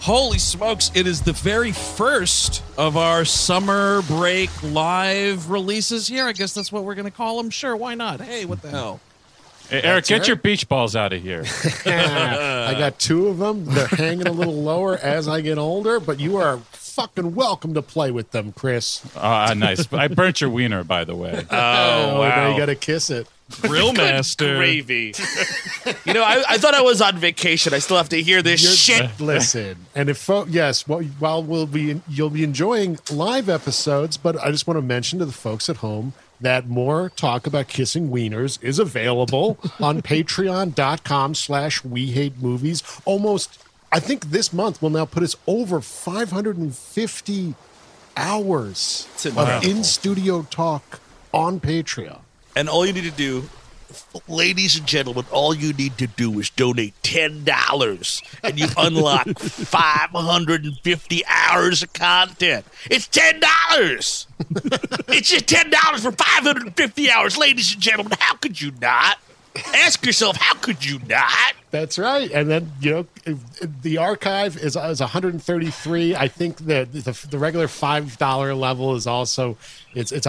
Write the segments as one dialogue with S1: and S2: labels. S1: Holy smokes, it is the very first of our summer break live releases here. I guess that's what we're going to call them. Sure, why not? Hey, what the hell?
S2: Hey, Eric, get
S3: right.
S2: your beach balls out of here.
S3: I got two of them. They're hanging a little lower as I get older, but you are fucking welcome to play with them, Chris.
S2: Ah, nice. But I burnt your wiener, by the way.
S3: Oh, now you got to kiss it.
S1: Grill master.
S4: gravy. you know, I, I thought I was on vacation. I still have to hear this
S3: You're-
S4: shit.
S3: Listen, and if fo- yes, well, while we'll be you'll be enjoying live episodes, but I just want to mention to the folks at home that more talk about kissing wieners is available on patreon.com slash we hate movies almost i think this month will now put us over 550 hours
S4: It's
S3: of
S4: incredible.
S3: in-studio talk on patreon
S4: And all you need to do, ladies and gentlemen, all you need to do is donate ten dollars, and you unlock five hundred and fifty hours of content. It's ten dollars. it's just ten dollars for five hundred and fifty hours, ladies and gentlemen. How could you not? Ask yourself, how could you not?
S3: That's right. And then, you know, if- the archive is, is 133. I think that the, the regular $5 level is also, it's, it's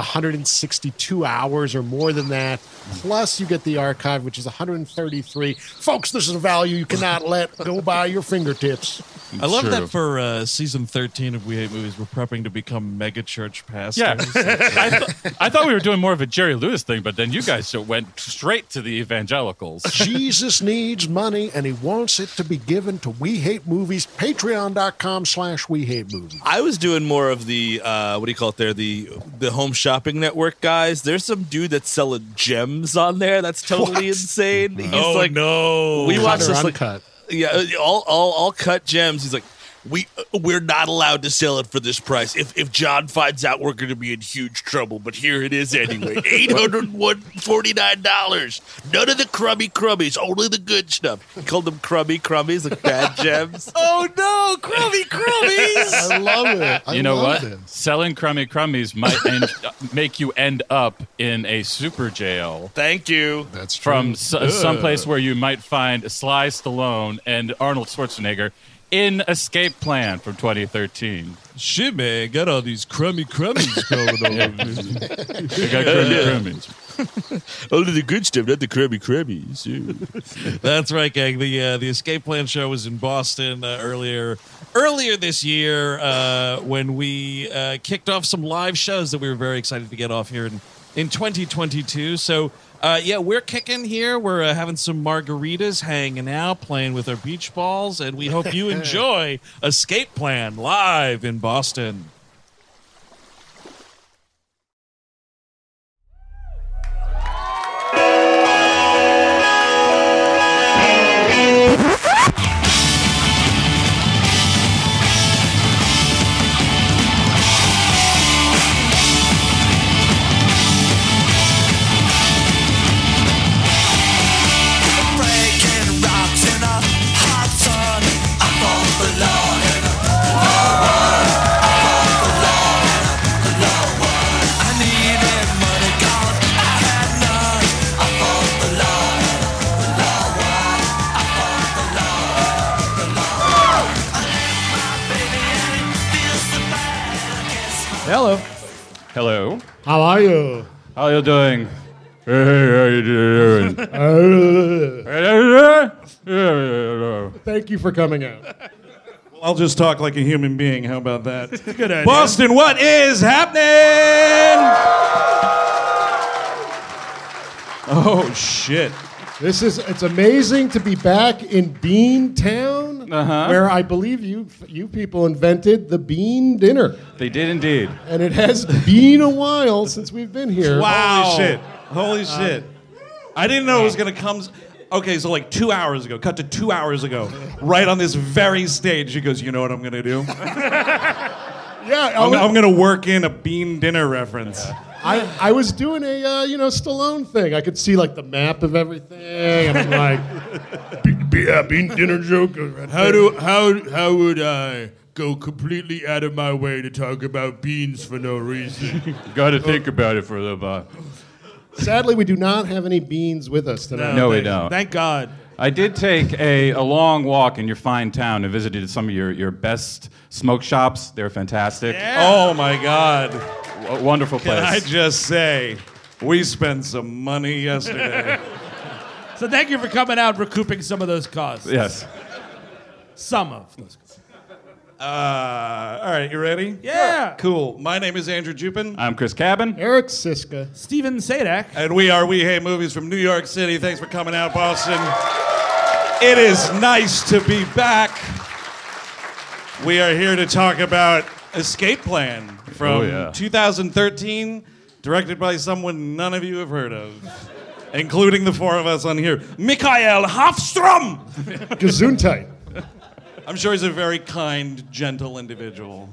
S3: 162 hours or more than that. Plus you get the archive, which is 133. Folks, this is a value you cannot let go by your fingertips.
S1: I love
S2: True.
S1: that for uh, season 13 of We Hate Movies, we're prepping to become mega church pastors.
S2: Yeah. I, th- I thought we were doing more of a Jerry Lewis thing, but then you guys just went straight to the evangelicals.
S3: Jesus needs money and he wants it to be given to We Hate Movies, patreon.com slash We Hate Movies.
S4: I was doing more of the uh, what do you call it there the the home shopping network guys. There's some dude that's selling gems on there. That's totally insane. He's
S1: Oh,
S4: like,
S1: no.
S4: we watched
S3: Cut or
S4: this like
S3: uncut.
S4: yeah, uh, all all all cut gems. He's like, we uh, we're not allowed to sell it for this price. If if John finds out, we're going to be in huge trouble. But here it is anyway. Eight hundred one forty nine dollars. None of the crummy crummies. Only the good stuff. He called them crummy crummies, like bad gems.
S1: Oh, no. Crummy, crummies.
S3: I love it. I
S2: You know
S3: love
S2: what?
S3: It.
S2: Selling crummy crummies might end, make you end up in a super jail
S4: Thank you.
S3: That's true.
S2: from s- someplace where you might find Sly Stallone and Arnold Schwarzenegger in Escape Plan from 2013.
S1: Shit, man. Got all these crummy crummies going on.
S2: They got crummy crummies.
S4: Only the good stuff, not the crummy crummies.
S1: That's right, gang. The uh, the escape plan show was in Boston uh, earlier earlier this year uh, when we uh, kicked off some live shows that we were very excited to get off here in in 2022. So. Uh, yeah, we're kicking here. We're uh, having some margaritas, hanging out, playing with our beach balls, and we hope you enjoy Escape Plan live in Boston.
S5: Breaking rocks in a hot sun. I fall for love in a I fall for love in a low one. I needed money, God, I had none. I fall for love in a low one. I fall for love in a low one. I left my baby and it feels so bad. I guess my
S2: Hello.
S3: How are you?
S2: How are you doing? Hey, how you doing?
S6: Thank you for coming out.
S7: I'll just talk like a human being. How about that?
S4: Good idea.
S7: Boston, what is happening? Oh, shit.
S6: This is it's amazing to be back in Bean Town, where I believe you you people invented the bean dinner,
S2: They did indeed.
S6: and it has been a while since we've been here.
S7: Holy shit. Holy shit. I didn't know it was going to come. s- Okay, so like two hours ago, cut to two hours ago, right on this very stage, she goes, You know what I'm going to do?
S6: Yeah, I
S7: I'm,
S6: was,
S7: I'm going to work in a bean dinner reference.
S6: I, I was doing a uh, you know Stallone thing. I could see like the map of everything, and I'm like, be, be, uh, bean dinner joke.
S4: How do how how would I go completely out of my way to talk about beans for no reason?
S2: Got to think about it for a little while.
S6: Sadly, we do not have any beans with us tonight.
S2: No, we don't.
S4: Thank God.
S2: I did take a, a long walk in your fine town and visited some of your, your best smoke shops. They're fantastic.
S7: Oh my God.
S2: W- wonderful place.
S7: Can I just say, we spent some money yesterday.
S4: So thank you for coming out, recouping some of those costs.
S2: yes.
S4: Some of those. costs.
S7: uh, all right, you ready?
S4: Yeah.
S7: Cool. My name is Andrew Jupin.
S2: I'm Chris Cabin.
S6: Eric Siska.
S4: Steven Sadak.
S7: And we are We Hey Movies from New York City. Thanks for coming out, Boston. It is nice to be back. We are here to talk about Escape Plan
S2: Oh,
S7: from
S2: yeah.
S7: 2013, directed by someone none of you have heard of, including the four of us on here. Mikael Hofstrom!
S6: Gesundheit.
S7: I'm sure he's a very kind, gentle individual.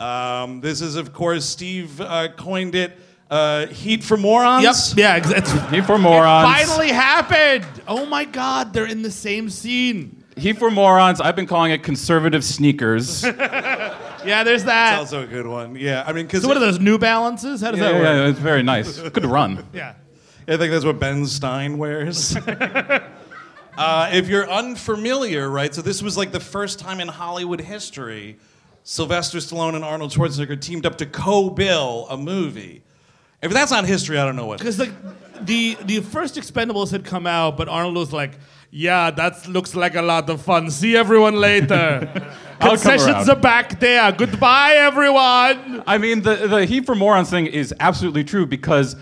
S7: Um, this is, of course, Steve uh, coined it uh, Heat for Morons.
S4: Yep. Yeah. ex- It's
S2: He for morons.
S4: finally happened. Oh my God, they're in the same scene.
S2: He for morons. I've been calling it conservative sneakers. yeah,
S4: Yeah, there's that.
S7: That's also a good one. Yeah, I mean, because
S4: So what are those New Balances? How does that work?
S2: yeah, it's very nice. Good run.
S4: Yeah.
S7: I think that's what Ben Stein wears. uh, if you're unfamiliar, right? So this was like the first time in Hollywood history Sylvester Stallone and Arnold Schwarzenegger teamed up to co-bill a movie. If that's not history, I don't know what.
S4: Because like the the first Expendables had come out, but Arnold was like, "Yeah, that looks like a lot of fun. See everyone later.
S2: I'll come
S4: Concessions
S2: around."
S4: are back there. Goodbye, everyone."
S2: I mean, the, the he for morons thing is absolutely true because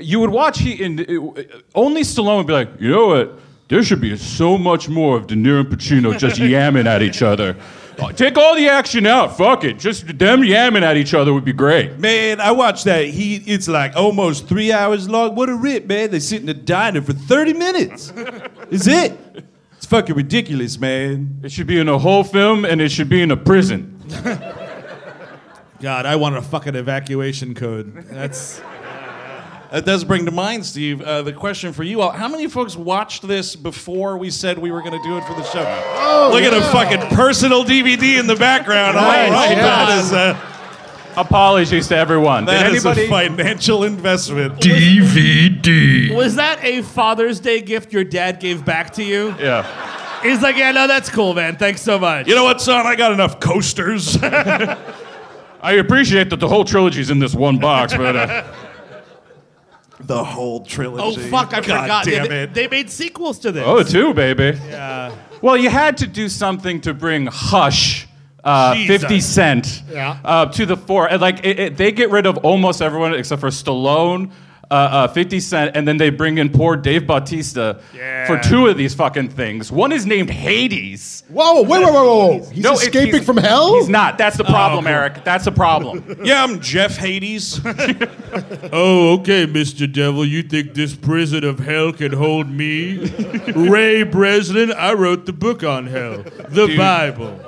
S2: you would watch he and uh, only Stallone would be like, you know what? There should be so much more of De Niro and Pacino just yamming at each other. Uh, Take all the action out. Fuck it. Just them yamming at each other would be great.
S7: Man, I watched that. He, it's like almost three hours long. What a rip, man! They sit in the diner for thirty minutes. Is it? It's fucking ridiculous, man.
S2: It should be in a whole film and it should be in a prison.
S4: God, I wanted a fucking evacuation code. That's
S7: That does bring to mind, Steve, uh, the question for you all. How many folks watched this before we said we were going to do it for the show? Look at a fucking personal DVD in the background.
S2: Nice,
S7: all right,
S2: yeah.
S7: that is, a,
S2: Apologies to everyone.
S7: that
S2: Did
S7: is a
S2: anybody?
S7: financial investment.
S4: was that a Father's Day gift your dad gave back to you?
S2: yeah.
S4: He's like, "Yeah, no, that's cool, man. Thanks so much."
S7: You know what, son? I got enough coasters.
S2: I appreciate that the whole trilogy's in this one box, but uh,
S7: the whole trilogy.
S4: Oh fuck! I
S7: God
S4: forgot. Yeah,
S7: Damn
S4: they,
S7: it.
S4: they made sequels to this.
S2: oh, two, baby. Yeah. Well, you had to do something to bring Hush, uh,
S4: Jesus.
S2: Fifty Cent,
S6: Yeah.
S2: uh, to the fore. And like, it, it, they get rid of almost everyone except for Stallone. Uh, uh, 50 Cent, and then they bring in poor Dave Bautista for two of these fucking things. One is named Hades.
S6: Whoa! Wait! Wait! Wait! Whoa! He's
S2: No, it-
S6: escaping
S2: he's-
S6: from hell.
S2: He's not. That's the problem, Eric. That's the problem.
S7: Yeah, I'm Jeff Hades.
S4: Oh, okay, Mr. Devil, you think this prison of hell can hold me? Ray Breslin, I wrote the book on hell, the Bible.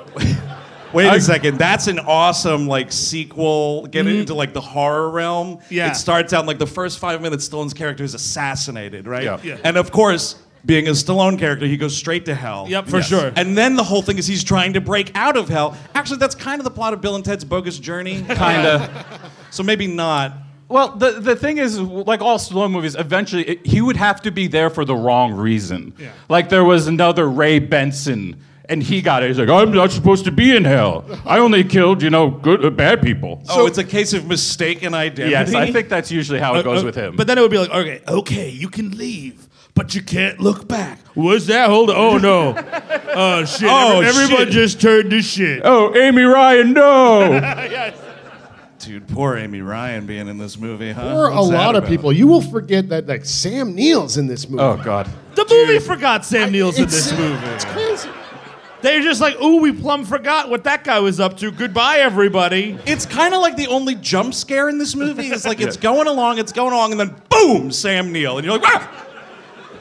S7: Wait a second. That's an awesome like sequel. Get
S8: Mm-hmm.
S7: into like the horror realm.
S4: Yeah.
S7: It starts out like the first five minutes. Stallone's character is assassinated, right?
S2: Yeah. Yeah.
S7: And of course, being a Stallone character, he goes straight to hell.
S4: Yep, for Yes. sure.
S7: And then the whole thing is he's trying to break out of hell. Actually, that's kind of the plot of Bill and Ted's Bogus Journey.
S2: Kinda.
S7: so maybe not.
S2: Well, the, the thing is, like all Stallone movies, eventually it, he would have to be there for the wrong reason. Like there was another Ray Benson And he got it. He's like, I'm not supposed to be in hell. I only killed, you know, good uh, bad people.
S7: oh, it's a case of mistaken identity.
S2: yes, I think that's usually
S4: Uh,
S2: how it goes with him.
S8: But then it would be like, okay, okay, you can leave, but you can't look back.
S4: What's that? Hold on. Oh, no. Oh, shit.
S8: Oh,
S4: Every- everyone
S8: shit.
S4: just turned to shit.
S2: oh, Amy Ryan, no.
S7: dude, poor Amy Ryan being in this movie, huh?
S3: Or a
S7: What's that
S3: lot of
S7: about?
S3: people. You will forget that like Sam Neill's in this movie.
S2: oh God.
S8: The movie forgot Sam Neill's in
S3: It's-
S8: this movie.
S3: It's crazy.
S8: They're just like, ooh, we plumb forgot what that guy was up to. Goodbye, everybody.
S7: It's kind of like the only jump scare in this movie is like it's going along, it's going along, and then boom, Sam Neill, and you're like, "Ah!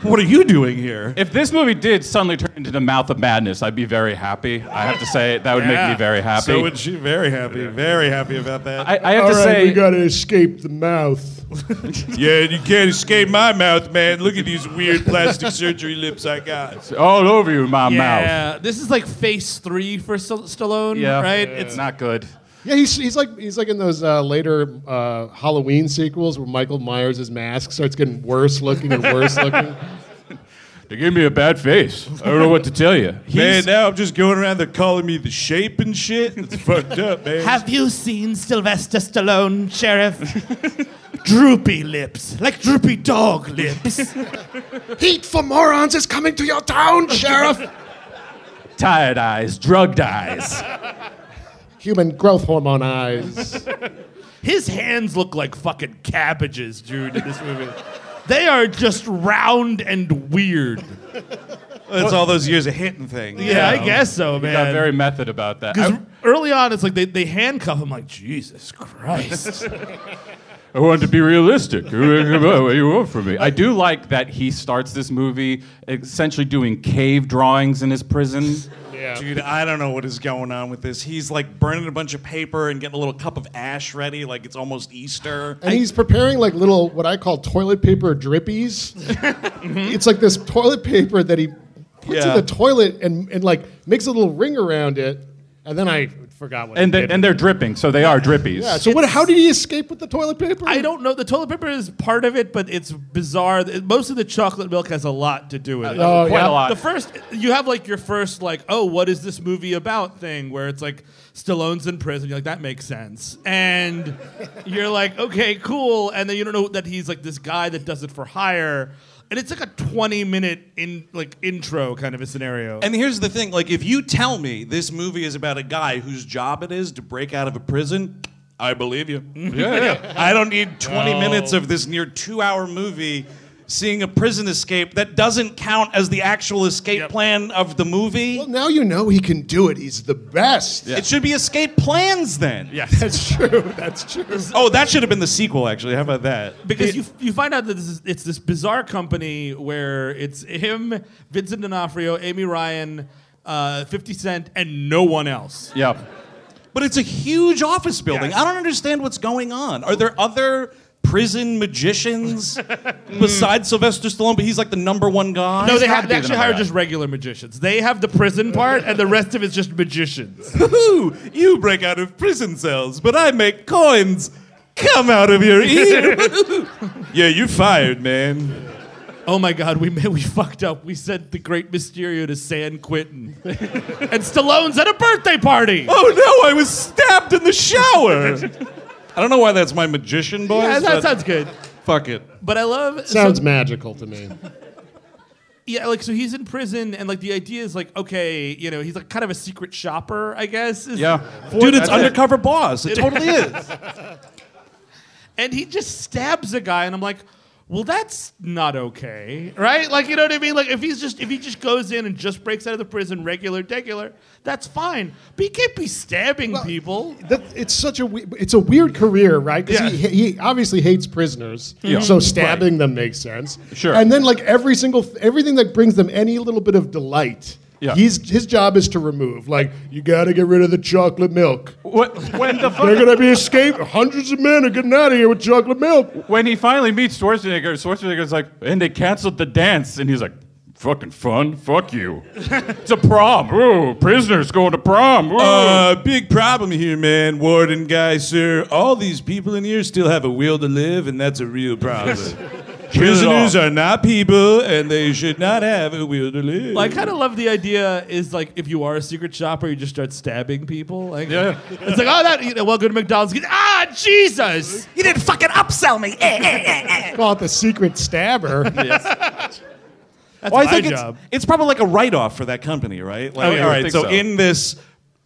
S7: what are you doing here?
S2: If this movie did suddenly turn into the mouth of madness, I'd be very happy. I have to say that would make me very happy.
S7: So would she? Very happy, very happy about that.
S2: I, I have to say
S3: gotta escape the mouth.
S4: Yeah, you can't escape my mouth, man. Look at these weird plastic surgery lips I got.
S2: all over you, my mouth.
S8: Yeah, this is like phase three for St- Stallone,
S2: Yeah,
S8: right?
S2: It's not good.
S3: Yeah, he's, he's like he's like in those uh, later uh, Halloween sequels where Michael Myers' mask starts getting worse looking and worse looking.
S2: They gave me a bad face. I don't know what to tell you.
S4: Man,
S2: He's-
S4: now I'm just going around. They're calling me the shape and shit. It's fucked up, man.
S8: Have you seen Sylvester Stallone, Sheriff? droopy lips, like droopy dog lips.
S3: Heat for morons is coming to your town, sheriff.
S2: tired eyes, drugged eyes.
S3: Human growth hormone eyes.
S8: His hands look like fucking cabbages, dude, in this movie. They are just round and weird.
S7: it's all those years of hitting things.
S8: Yeah, I guess so, man.
S2: Got very method about that.
S8: Because
S2: I,
S8: early on, it's like they, they handcuff him, like, Jesus Christ.
S2: I wanted to be realistic. what do you want from me? I do like that he starts this movie essentially doing cave drawings in his prison.
S7: Dude, I don't know what is going on with this. He's like burning a bunch of paper and getting a little cup of ash ready, like it's almost Easter.
S3: And he's preparing like little what I call toilet paper drippies. It's like this toilet paper that he puts
S7: Yeah.
S3: in the toilet and, and like makes a little ring around it. And then I forgot what.
S2: And,
S3: I
S2: they,
S3: did.
S2: and they're dripping, so they are drippies.
S3: yeah, so what? How did he escape with the toilet paper?
S8: I don't know. The toilet paper is part of it, but it's bizarre. Th- Most of the chocolate milk has a lot to do with it.
S3: Oh,
S2: Quite
S3: yeah.
S2: a lot.
S8: the first, you have like your first, like, oh, what is this movie about thing where it's like Stallone's in prison. You're like, that makes sense. And you're like, okay, cool. And then you don't know that he's like this guy that does it for hire. And it's like a 20 minute in like intro kind of a scenario.
S7: And here's the thing: like, if you tell me this movie is about a guy whose job it is to break out of a prison, I believe you. I don't need 20 minutes of this near two-hour movie seeing a prison escape that doesn't count as the actual escape plan of the movie.
S3: Well, now you know he can do it. He's the best.
S7: It should be escape plans then.
S3: That's true. That's true.
S7: Oh, that should have been the sequel, actually. How about that?
S8: because you you find out that this is, it's this bizarre company where it's him, Vincent D'Onofrio, Amy Ryan, uh, Fifty Cent, and no one else.
S2: yeah.
S7: But it's a huge office building.
S8: Yes.
S7: I don't understand what's going on. Are there other prison magicians besides Sylvester Stallone? But he's like the number one guy.
S8: No, they,
S2: gotta
S8: ha-
S2: be
S8: they
S2: the
S8: actually
S2: number
S8: hire
S2: guy.
S8: just regular magicians. They have the prison part, and the rest of it's just magicians.
S7: Who? You break out of prison cells, but I make coins come out of your ear. yeah, you fired, man.
S8: oh my God, we ma- we fucked up. We sent the Great Mysterio to San Quentin, and Stallone's at a birthday party.
S7: Oh no, I was stabbed in the shower. I don't know why that's my magician boys.
S8: Yeah,
S7: but
S8: that sounds good.
S7: fuck it.
S8: But I love
S3: Sounds magical to me.
S8: Yeah, like so he's in prison, and like the idea is like, okay, you know, he's like kind of a secret shopper, I guess. is-
S2: Yeah.
S7: Dude, it's
S2: That's it.
S7: undercover boss. It totally is.
S8: And he just stabs a guy, and I'm like, well, that's not okay, right? Like, you know what I mean? Like, if he's just if he just goes in and just breaks out of the prison, regular, degular, that's fine. But he can't be stabbing people.
S3: That, it's such a we- it's a weird career, right? Because
S8: Yeah.
S3: he, he obviously hates prisoners,
S2: Yeah.
S3: so stabbing them makes sense.
S2: Sure.
S3: And then like every single th- everything that brings them any little bit of delight,
S2: Yeah.
S3: he's his job is to remove. Like you got to get rid of the chocolate milk.
S2: What, when the
S3: They're
S2: fuck,
S3: gonna be escaped. Hundreds of men are getting out of here with chocolate milk.
S2: when he finally meets Schwarzenegger, Schwarzenegger's like, and they canceled the dance, and he's like, fucking fun, fuck you. it's a prom. Ooh, prisoners going to prom. Ooh.
S4: Uh, big problem here, man, warden guy, sir. All these people in here still have a will to live, and that's a real problem.
S7: Prisoners are not people, and they should not have a will to live.
S8: Well, I kind of love the idea is like if you are a secret shopper, you just start stabbing people. Like,
S7: Yeah.
S8: It's like, oh, that, you know, welcome to McDonald's. Ah, Jesus!
S5: You didn't fucking upsell me. Eh, eh, eh, eh.
S3: Call it the secret stabber.
S8: That's
S7: Well, I
S8: my
S7: think it's,
S8: job.
S7: it's probably like a write-off for that company, right? Like,
S8: Oh, yeah, I
S7: all
S8: would
S7: right,
S8: think
S7: so,
S8: so.
S7: in this,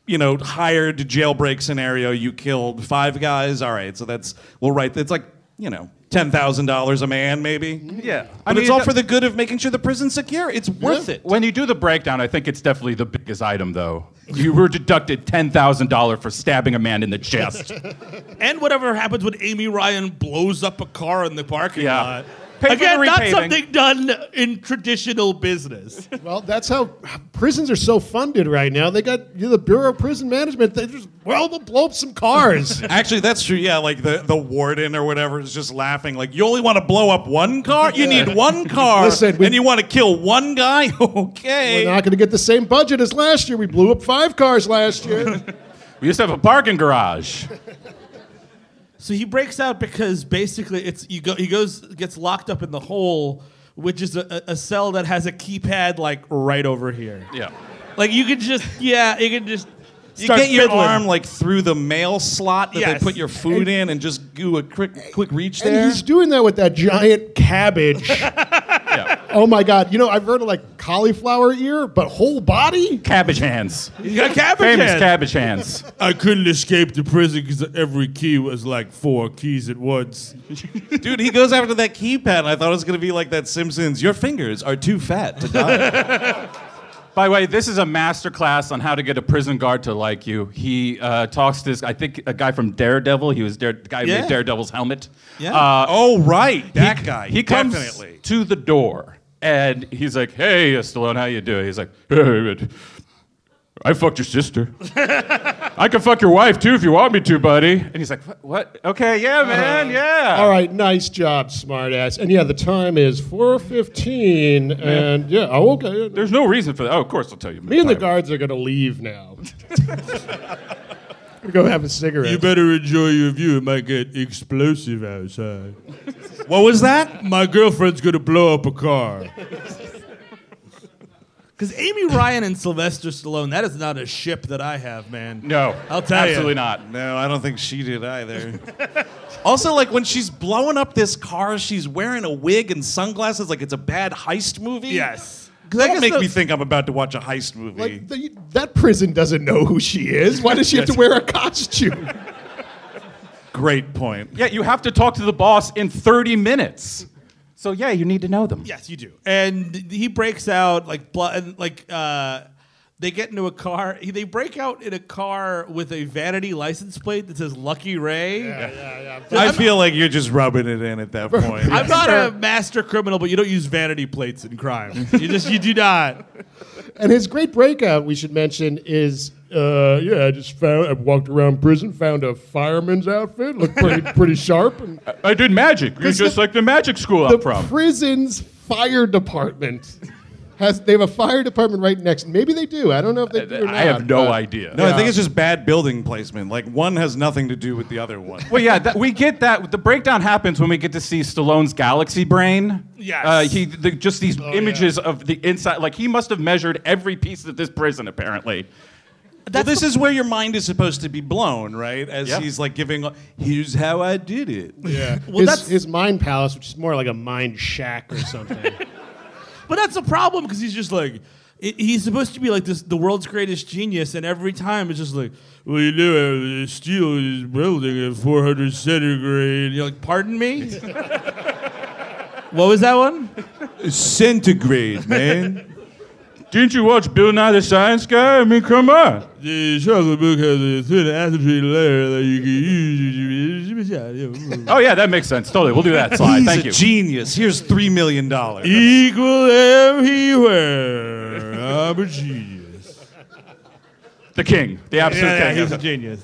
S7: you know, hired jailbreak scenario, you killed five guys. All right, so that's we'll write. It's like you know, ten thousand dollars a man, maybe. Yeah, but
S2: mean,
S7: it's all
S2: it-
S7: for the good of making sure the prison's secure. It's worth it.
S2: When you do the breakdown, I think it's definitely the biggest item, though. You were deducted ten thousand dollars for stabbing a man in the chest.
S8: And whatever happens when Amy Ryan blows up a car in the parking
S2: Yeah.
S8: lot.
S2: Pay for
S8: Again,
S2: the
S8: not
S2: repaving.
S8: something done in traditional business.
S3: well, that's how prisons are so funded right now. They got you know, the Bureau of Prison Management. They just well, we'll blow up some cars.
S7: Actually, that's true. Yeah, like the, the warden or whatever is just laughing. Like, you only want to blow up one car? You need one car.
S3: Listen, we-
S7: and you want to kill one guy? okay.
S3: We're not going to get the same budget as last year. We blew up five cars last year.
S2: we used to have a parking garage.
S8: So he breaks out because basically it's you go he goes gets locked up in the hole, which is a, a- a cell that has a keypad like right over here.
S2: Yeah.
S8: Like you could just yeah, you could just
S7: you
S8: start
S7: get your
S8: fiddling.
S7: arm like through the mail slot that
S8: Yes.
S7: they put your food in and just do a quick quick reach
S3: and
S7: there.
S3: he's doing that with that giant cabbage. Oh my God! You know I've heard of like cauliflower ear, but whole body.
S2: Cabbage hands.
S8: You got cabbage
S2: Famous
S8: hands.
S2: cabbage hands.
S4: I couldn't escape the prison because every key was like four keys at once.
S7: Dude, he goes after that keypad. And I thought it was gonna be like that Simpsons. Your fingers are too fat to die.
S2: By the way, this is a master class on how to get a prison guard to like you. He uh, talks to this, I think, a guy from Daredevil. He was Dare, the guy who
S8: Yeah.
S2: made Daredevil's helmet.
S8: Yeah.
S2: Uh,
S7: oh right, that
S2: he,
S7: guy.
S2: He comes
S7: definitely.
S2: to the door and he's like, "Hey, Stallone, how you doing?" He's like, "Hey, but I fucked your sister. I can fuck your wife too if you want me to, buddy." And he's like, "What? what? Okay, yeah, man, yeah."
S3: All right, nice job, smartass. And yeah, the time is four fifteen. And yeah, oh okay.
S2: There's no reason for that. Oh, of course, I'll tell you.
S3: Me and the
S2: Time.
S3: guards are going to leave now. gonna go have a cigarette.
S4: You better enjoy your view. It might get explosive outside.
S7: What was that?
S4: My girlfriend's gonna blow up a car.
S8: Because Amy Ryan and Sylvester Stallone, that is not a ship that I have, man.
S2: No,
S8: I'll tell you.
S2: absolutely not.
S7: No, I don't think she did either. also, like when she's blowing up this car, she's wearing a wig and sunglasses, like it's a bad heist movie.
S8: Yes. 'Cause I
S7: Don't
S8: guess
S7: make
S8: the-
S7: me think I'm about to watch a heist movie.
S3: Like the, that prison doesn't know who she is. Why does she have to wear a costume?
S7: Great point.
S2: Yeah, you have to talk to the boss in 30 minutes. So yeah, you need to know them.
S8: Yes, you do. And he breaks out like blood and like uh they get into a car. He, they break out in a car with a vanity license plate that says Lucky Ray.
S7: I feel like you're just rubbing it in at that point.
S8: I'm not a master criminal, but you don't use vanity plates in crime. You just you do not.
S3: And his great breakout, we should mention, is uh, yeah. I just found. I walked around prison, found a fireman's outfit, looked pretty pretty sharp. And
S2: I did magic. You're just like the magic school
S3: the
S2: I'm from.
S3: prison's fire department has. They have a fire department right next. Maybe they do. I don't know if they do. Or not,
S2: I have no
S3: but-
S2: idea.
S7: no, I think it's just bad building placement. Like one has nothing to do with the other one.
S2: Well, yeah, that, we get that. The breakdown happens when we get to see Stallone's galaxy brain.
S8: Yes. Oh,
S2: Uh, he the, just these images of the inside. Like he must have measured every piece of this prison, apparently.
S7: well, this is where your mind is supposed to be blown, right? As
S2: Yeah.
S7: he's like giving, here's how I did it.
S3: Yeah.
S8: Well,
S3: his,
S8: that's-
S3: his mind palace, which is more like a mind shack or something.
S8: But that's a problem because he's just like i- he's supposed to be like this the world's greatest genius, and every time it's just like,
S4: Well, you know, uh, steel is building at 400 centigrade. You're like,
S8: pardon me. what was that one?
S7: Centigrade, man.
S2: Didn't you watch Bill Nye the Science Guy? I mean, come on.
S4: the chocolate milk has a thin acetate layer that you can use.
S2: Oh yeah, that makes sense. Totally, we'll do that slide.
S7: he's
S2: Thank
S7: a
S2: you.
S7: genius. Here's three million dollars.
S4: Equal everywhere. I'm a genius.
S2: the king, the absolute king.
S8: he's a genius.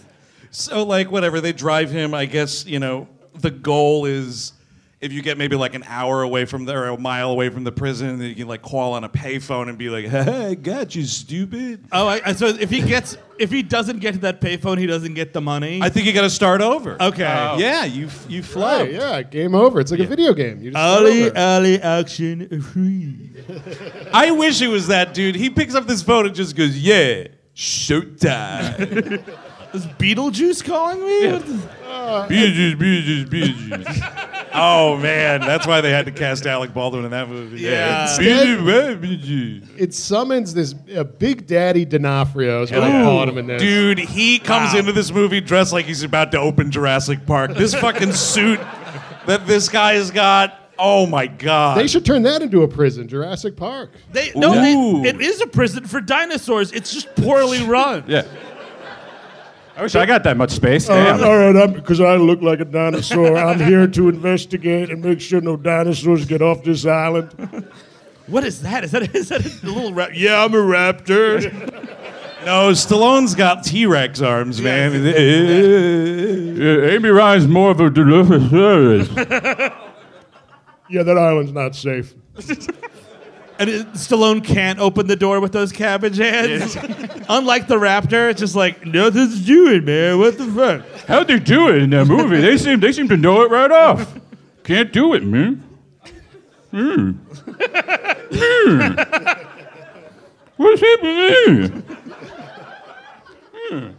S7: So like whatever they drive him, I guess you know the goal is if you get maybe like an hour away from there, or a mile away from the prison, then you can like call on a payphone and be like, "Hey, I got you, stupid."
S3: Um,
S8: Oh, I, I- so if he gets, if he doesn't get to that payphone, he doesn't get the money.
S7: I think you got to start over.
S8: Okay.
S7: Yeah, you you
S3: Right,
S7: flubbed.
S3: yeah, game over. It's like a video game. You just start
S8: Oh, Ali, uh,
S3: over.
S8: Ali, action free.
S7: I wish it was that dude. He picks up this phone and just goes, "Yeah, showtime."
S8: Is Beetlejuice calling me?
S4: Beetlejuice, Beetlejuice, Beetlejuice.
S7: oh man, that's why they had to cast Alec Baldwin in that movie.
S8: Yeah.
S4: Beetlejuice, Beetlejuice.
S3: It summons this uh, Big Daddy D'Onofrio is what I called him in this.
S7: Dude, he comes into this movie dressed like he's about to open Jurassic Park. This fucking suit that this guy has got. Oh my god.
S3: They should turn that into a prison, Jurassic Park.
S8: They, no, they-
S7: Ooh.
S8: it is a prison for dinosaurs. It's just poorly run.
S2: Yeah. I wish I got that much space. Damn.
S3: Oh, right, because I look like a dinosaur. I'm here to investigate and make sure no dinosaurs get off this island.
S8: What is that? Is that is that a little ra-
S4: Yeah, I'm a raptor.
S7: no, Stallone's got T Rex arms, man.
S2: Uh, Amy Ryan's more of a delicious.
S3: Yeah, that island's not safe.
S8: And it, Stallone can't open the door with those cabbage hands. Unlike the Raptor, it's just like nothing's doing, man. What the fuck?
S2: How'd they do it in that movie? They seem they seem to know it right off. Can't do it, man. Mm. Mm. What's happening? Hmm.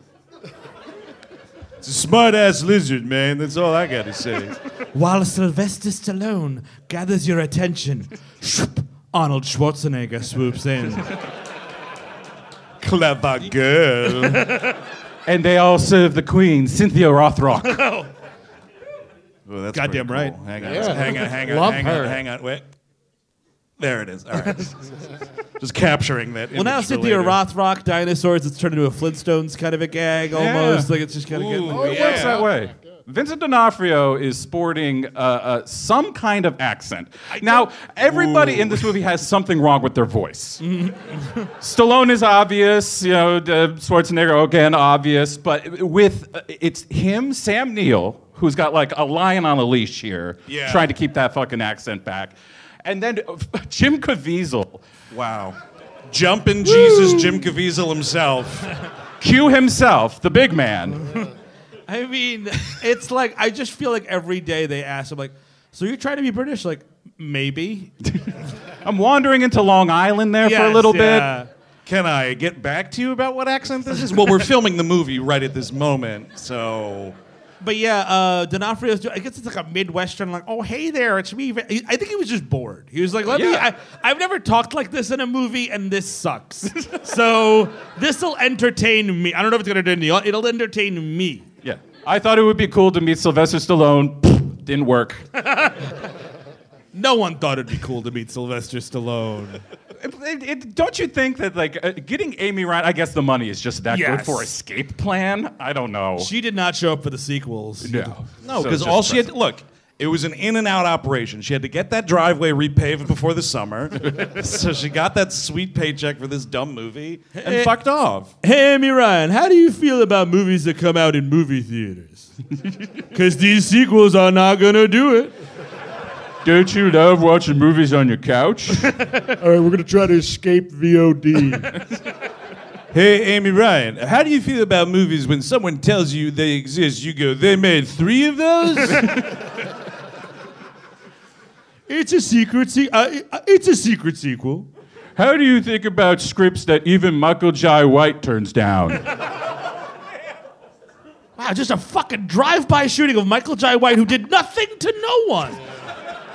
S7: It's a smart ass lizard, man. That's all I gotta say.
S8: While Sylvester Stallone gathers your attention, shwoop, Arnold Schwarzenegger swoops in.
S7: Clever girl.
S2: And they all serve the queen, Cynthia Rothrock.
S7: Well, that's
S8: Goddamn
S7: pretty
S8: right.
S7: cool. Hang on,
S3: Yeah.
S7: hang on, hang on,
S3: Love
S7: hang on,
S3: her.
S7: hang on. Wait. There it is. All right. Just capturing that.
S8: well, now Cynthia Rothrock dinosaurs. It's turned into a Flintstones kind of a gag almost. Like it's just kind of getting.
S2: Oh, it works that way. Vincent D'Onofrio is sporting uh, uh, some kind of accent. now, everybody in this movie has something wrong with their voice. Stallone is obvious, you know, the Schwarzenegger again obvious, but with uh, it's him, Sam Neill, who's got like a lion on a leash here,
S7: Yeah.
S2: trying to keep that fucking accent back, and then uh, Jim Caviezel,
S7: Wow. Jumpin' Jesus, Jim Caviezel himself.
S2: Q himself, the big man.
S8: I mean, it's like I just feel like every day they ask, I'm like, so you're trying to be British? Like, maybe.
S2: I'm wandering into Long Island there for a
S8: Yes,
S2: little bit.
S8: yeah.
S7: Can I get back to you about what accent this is? Well, we're filming the movie right at this moment, so
S8: But yeah, uh, D'Onofrio's. do- I guess it's like a midwestern, like, oh hey there, it's me. He- I think he was just bored. He was like, let me.
S2: Yeah.
S8: I, I've never talked like this in a movie, and this sucks. so this will entertain me. I don't know if it's gonna entertain you. It'll entertain me.
S2: Yeah. I thought it would be cool to meet Sylvester Stallone. Didn't work.
S8: No one thought it'd be cool to meet Sylvester Stallone.
S2: It- it- don't you think that like uh, getting Amy Ryan? I guess the money is just that good
S8: Yes.
S2: for escape plan. I don't know.
S8: she did not show up for the sequels.
S2: no,
S7: no, because all she had to, look, it was an in and out operation. She had to get that driveway repaved before the summer, so she got that sweet paycheck for this dumb movie and
S8: Hey.
S7: fucked off.
S8: Hey, Amy Ryan, how do you feel about movies that come out in movie theaters? Because these sequels are not gonna do it.
S2: Don't you love watching movies on your couch?
S3: All right, we're going to try to escape VOD.
S7: Hey, Amy Ryan, how do you feel about movies when someone tells you they exist? You go, they made three of those.
S8: It's a secret se- uh, uh, It's a secret sequel.
S2: How do you think about scripts that even Michael Jai White turns down?
S8: Wow, just a fucking drive-by shooting of Michael J. White, who did nothing to no one.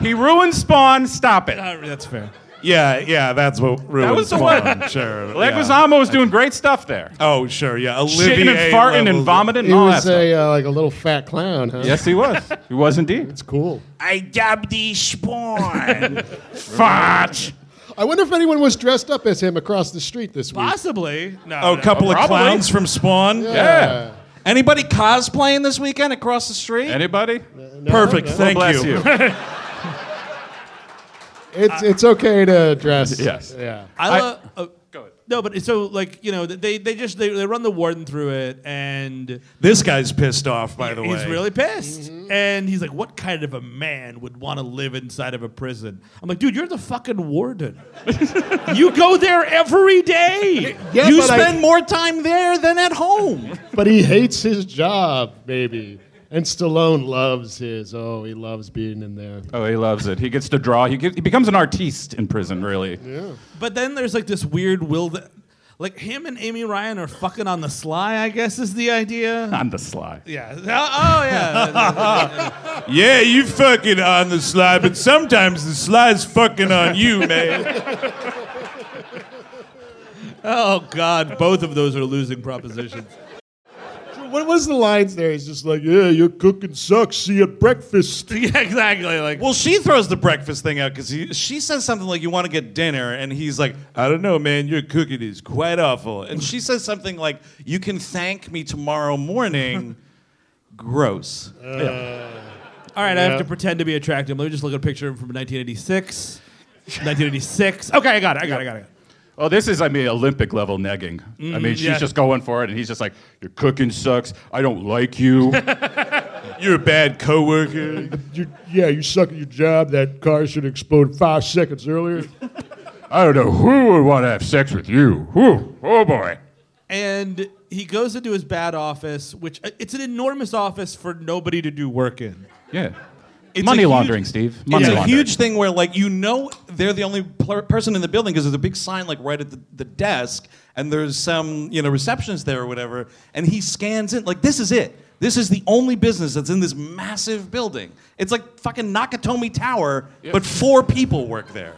S2: he ruined Spawn. Stop it.
S8: that's fair.
S7: yeah, yeah, that's what really
S2: was the one.
S7: Sure, yeah.
S2: Leguizamo was doing great stuff there.
S7: Oh, sure, yeah.
S2: Shitting
S7: Olivier
S2: and farting
S7: levels
S2: and
S7: of-
S2: vomiting
S3: he
S2: and all that
S3: was
S2: stuff.
S3: a, uh, like a little fat clown, huh?
S2: Yes, he was. He was indeed.
S3: It's cool.
S9: I dub the spawn.
S2: Fudge.
S3: I wonder if anyone was dressed up as him across the street this week.
S8: Possibly. No.
S7: Oh, a couple of
S2: Probably.
S7: clowns from Spawn.
S2: Yeah.
S7: Anybody cosplaying this weekend across the street?
S2: Anybody?
S7: Perfect. Thank
S2: Bless
S7: you.
S2: you.
S3: It's, it's okay to dress.
S2: Yes.
S3: Yeah.
S8: I, lo- uh,
S2: oh, Go ahead.
S8: No, but so like you know they they just they, they run the warden through it and
S7: This guy's pissed off, by the way.
S8: he's really pissed
S2: Mm-hmm.
S8: and he's like, what kind of a man would want to live inside of a prison? I'm like, dude, you're the fucking warden. you go there every day.
S3: Yeah,
S7: you
S3: but I-
S7: spend more time there than at home.
S3: But he hates his job, maybe. And Stallone loves his. Oh, he loves being in there.
S2: Oh, he loves it. He gets to draw. He, get, he becomes an artiste in prison, really.
S8: But then there's like this weird will that. Like him and Amy Ryan are fucking on the sly, I guess is the idea.
S2: On the sly.
S8: Yeah. Oh, oh, yeah.
S4: Yeah, you fucking on the sly, but sometimes the sly's fucking on you, man.
S8: oh God, both of those are losing propositions.
S3: What was the lines there? He's just like, yeah, your cooking sucks. See you at breakfast.
S8: yeah, exactly. Like
S7: Well, she throws the breakfast thing out because she says something like, You want to get dinner? And he's like, I don't know, man, your cooking is quite awful. And she says something like, You can thank me tomorrow morning. Gross.
S8: All right, I have to pretend to be attractive. Let me just look at a picture from 1986. 1986. Okay, I got it. I got it. I got it.
S2: Oh, this is, I mean, Olympic level negging. I mean, she's
S8: yeah.
S2: just going for it, and he's just like, Your cooking sucks. I don't like you. You're a bad coworker.
S3: You, yeah, you suck at your job. That car should explode five seconds earlier.
S2: I don't know who would want to have sex with you. Who? Oh, boy.
S8: And he goes into his bad office, which uh, it's an enormous office for nobody to do work in.
S2: Yeah.
S7: It's a
S2: Money
S7: huge-
S2: laundering, Steve. Money
S7: it's a
S2: laundering.
S7: huge thing where, like, you know, they're the only pl- person in the building because there's a big sign, like, right at the, the desk, and there's some, you know, receptionist there or whatever, and he scans in, like, this is it. This is the only business that's in this massive building. It's like fucking Nakatomi Tower, but four people work there.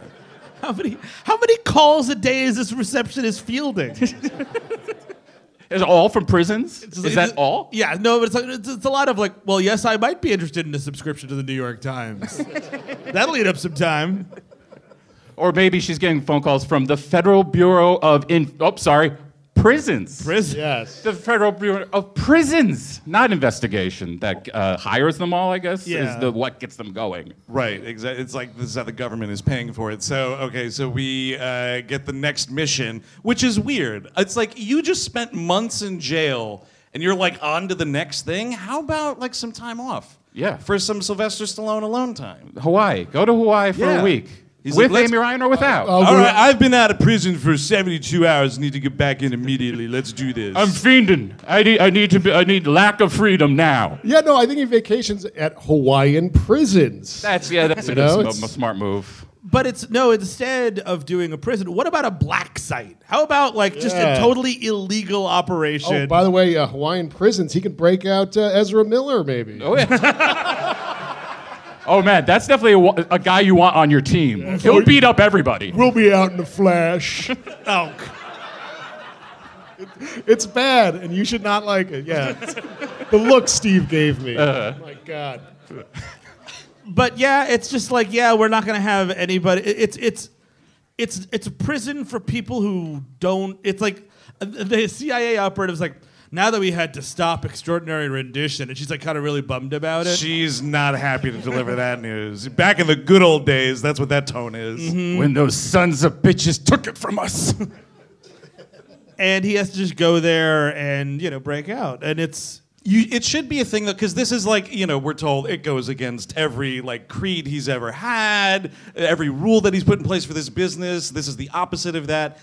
S8: How many how many calls a day is this receptionist fielding?
S2: Is it all from prisons?
S8: It's
S2: is
S8: like-
S2: that all?
S8: Yeah, no, but it's, like, it's, it's a lot of like, well, yes, I might be interested in a subscription to the New York Times. That'll eat up some time.
S2: Or maybe she's getting phone calls from the Federal Bureau of In. Oh, sorry, prisons.
S8: Prison.
S3: Yes.
S2: the Federal Bureau of Prisons, not investigation, that uh, hires them all. I guess
S8: Yeah.
S2: is the what gets them going.
S7: Right, exactly. It's like this is how the government is paying for it. So, okay, so we uh, get the next mission, which is weird. It's like you just spent months in jail and you're like on to the next thing. How about like some time off?
S2: Yeah.
S7: For some Sylvester Stallone alone time.
S2: Hawaii, go to Hawaii for
S7: Yeah.
S2: a week
S7: He's
S2: with
S7: like, let's- Oh,
S2: Amy Ryan or without.
S3: I'll
S7: All
S3: go-
S7: right, I've been out of prison for 72 hours. Need to get back in immediately. Let's do this.
S2: I'm fiending. I need. I need to. Be, I need lack of freedom now.
S3: Yeah, no, I think he vacations at Hawaiian prisons.
S2: That's yeah. That's a,
S3: You know,
S2: good,
S3: it's-
S2: sm- smart move.
S8: But it's no, instead of doing a prison, what about a black site? How about like just
S3: Yeah.
S8: a totally illegal operation?
S3: Oh, by the way, uh, Hawaiian prisons. He can break out uh, Ezra Miller, maybe.
S2: Oh yeah. oh man, that's definitely a, wa- a guy you want on your team.
S7: Mm.
S2: He'll beat up everybody.
S3: We'll be out in the flash.
S8: Oh,
S3: it's bad, and you should not like it. Yeah, the look Steve gave me. Oh my God.
S8: but yeah, it's just like yeah, we're not gonna have anybody. it- It's it's it's it's a prison for people who don't. It's like uh, the CIA operatives like now that we had to stop extraordinary rendition, and she's like kind of really bummed about it.
S7: She's not happy to deliver that news. Back in the good old days, that's what that tone is.
S2: When those sons of bitches took it from us.
S8: and he has to just go there and you know break out, and it's
S7: you it should be a thing though because this is like you know we're told it goes against every like creed he's ever had every rule that he's put in place for this business this is the opposite of that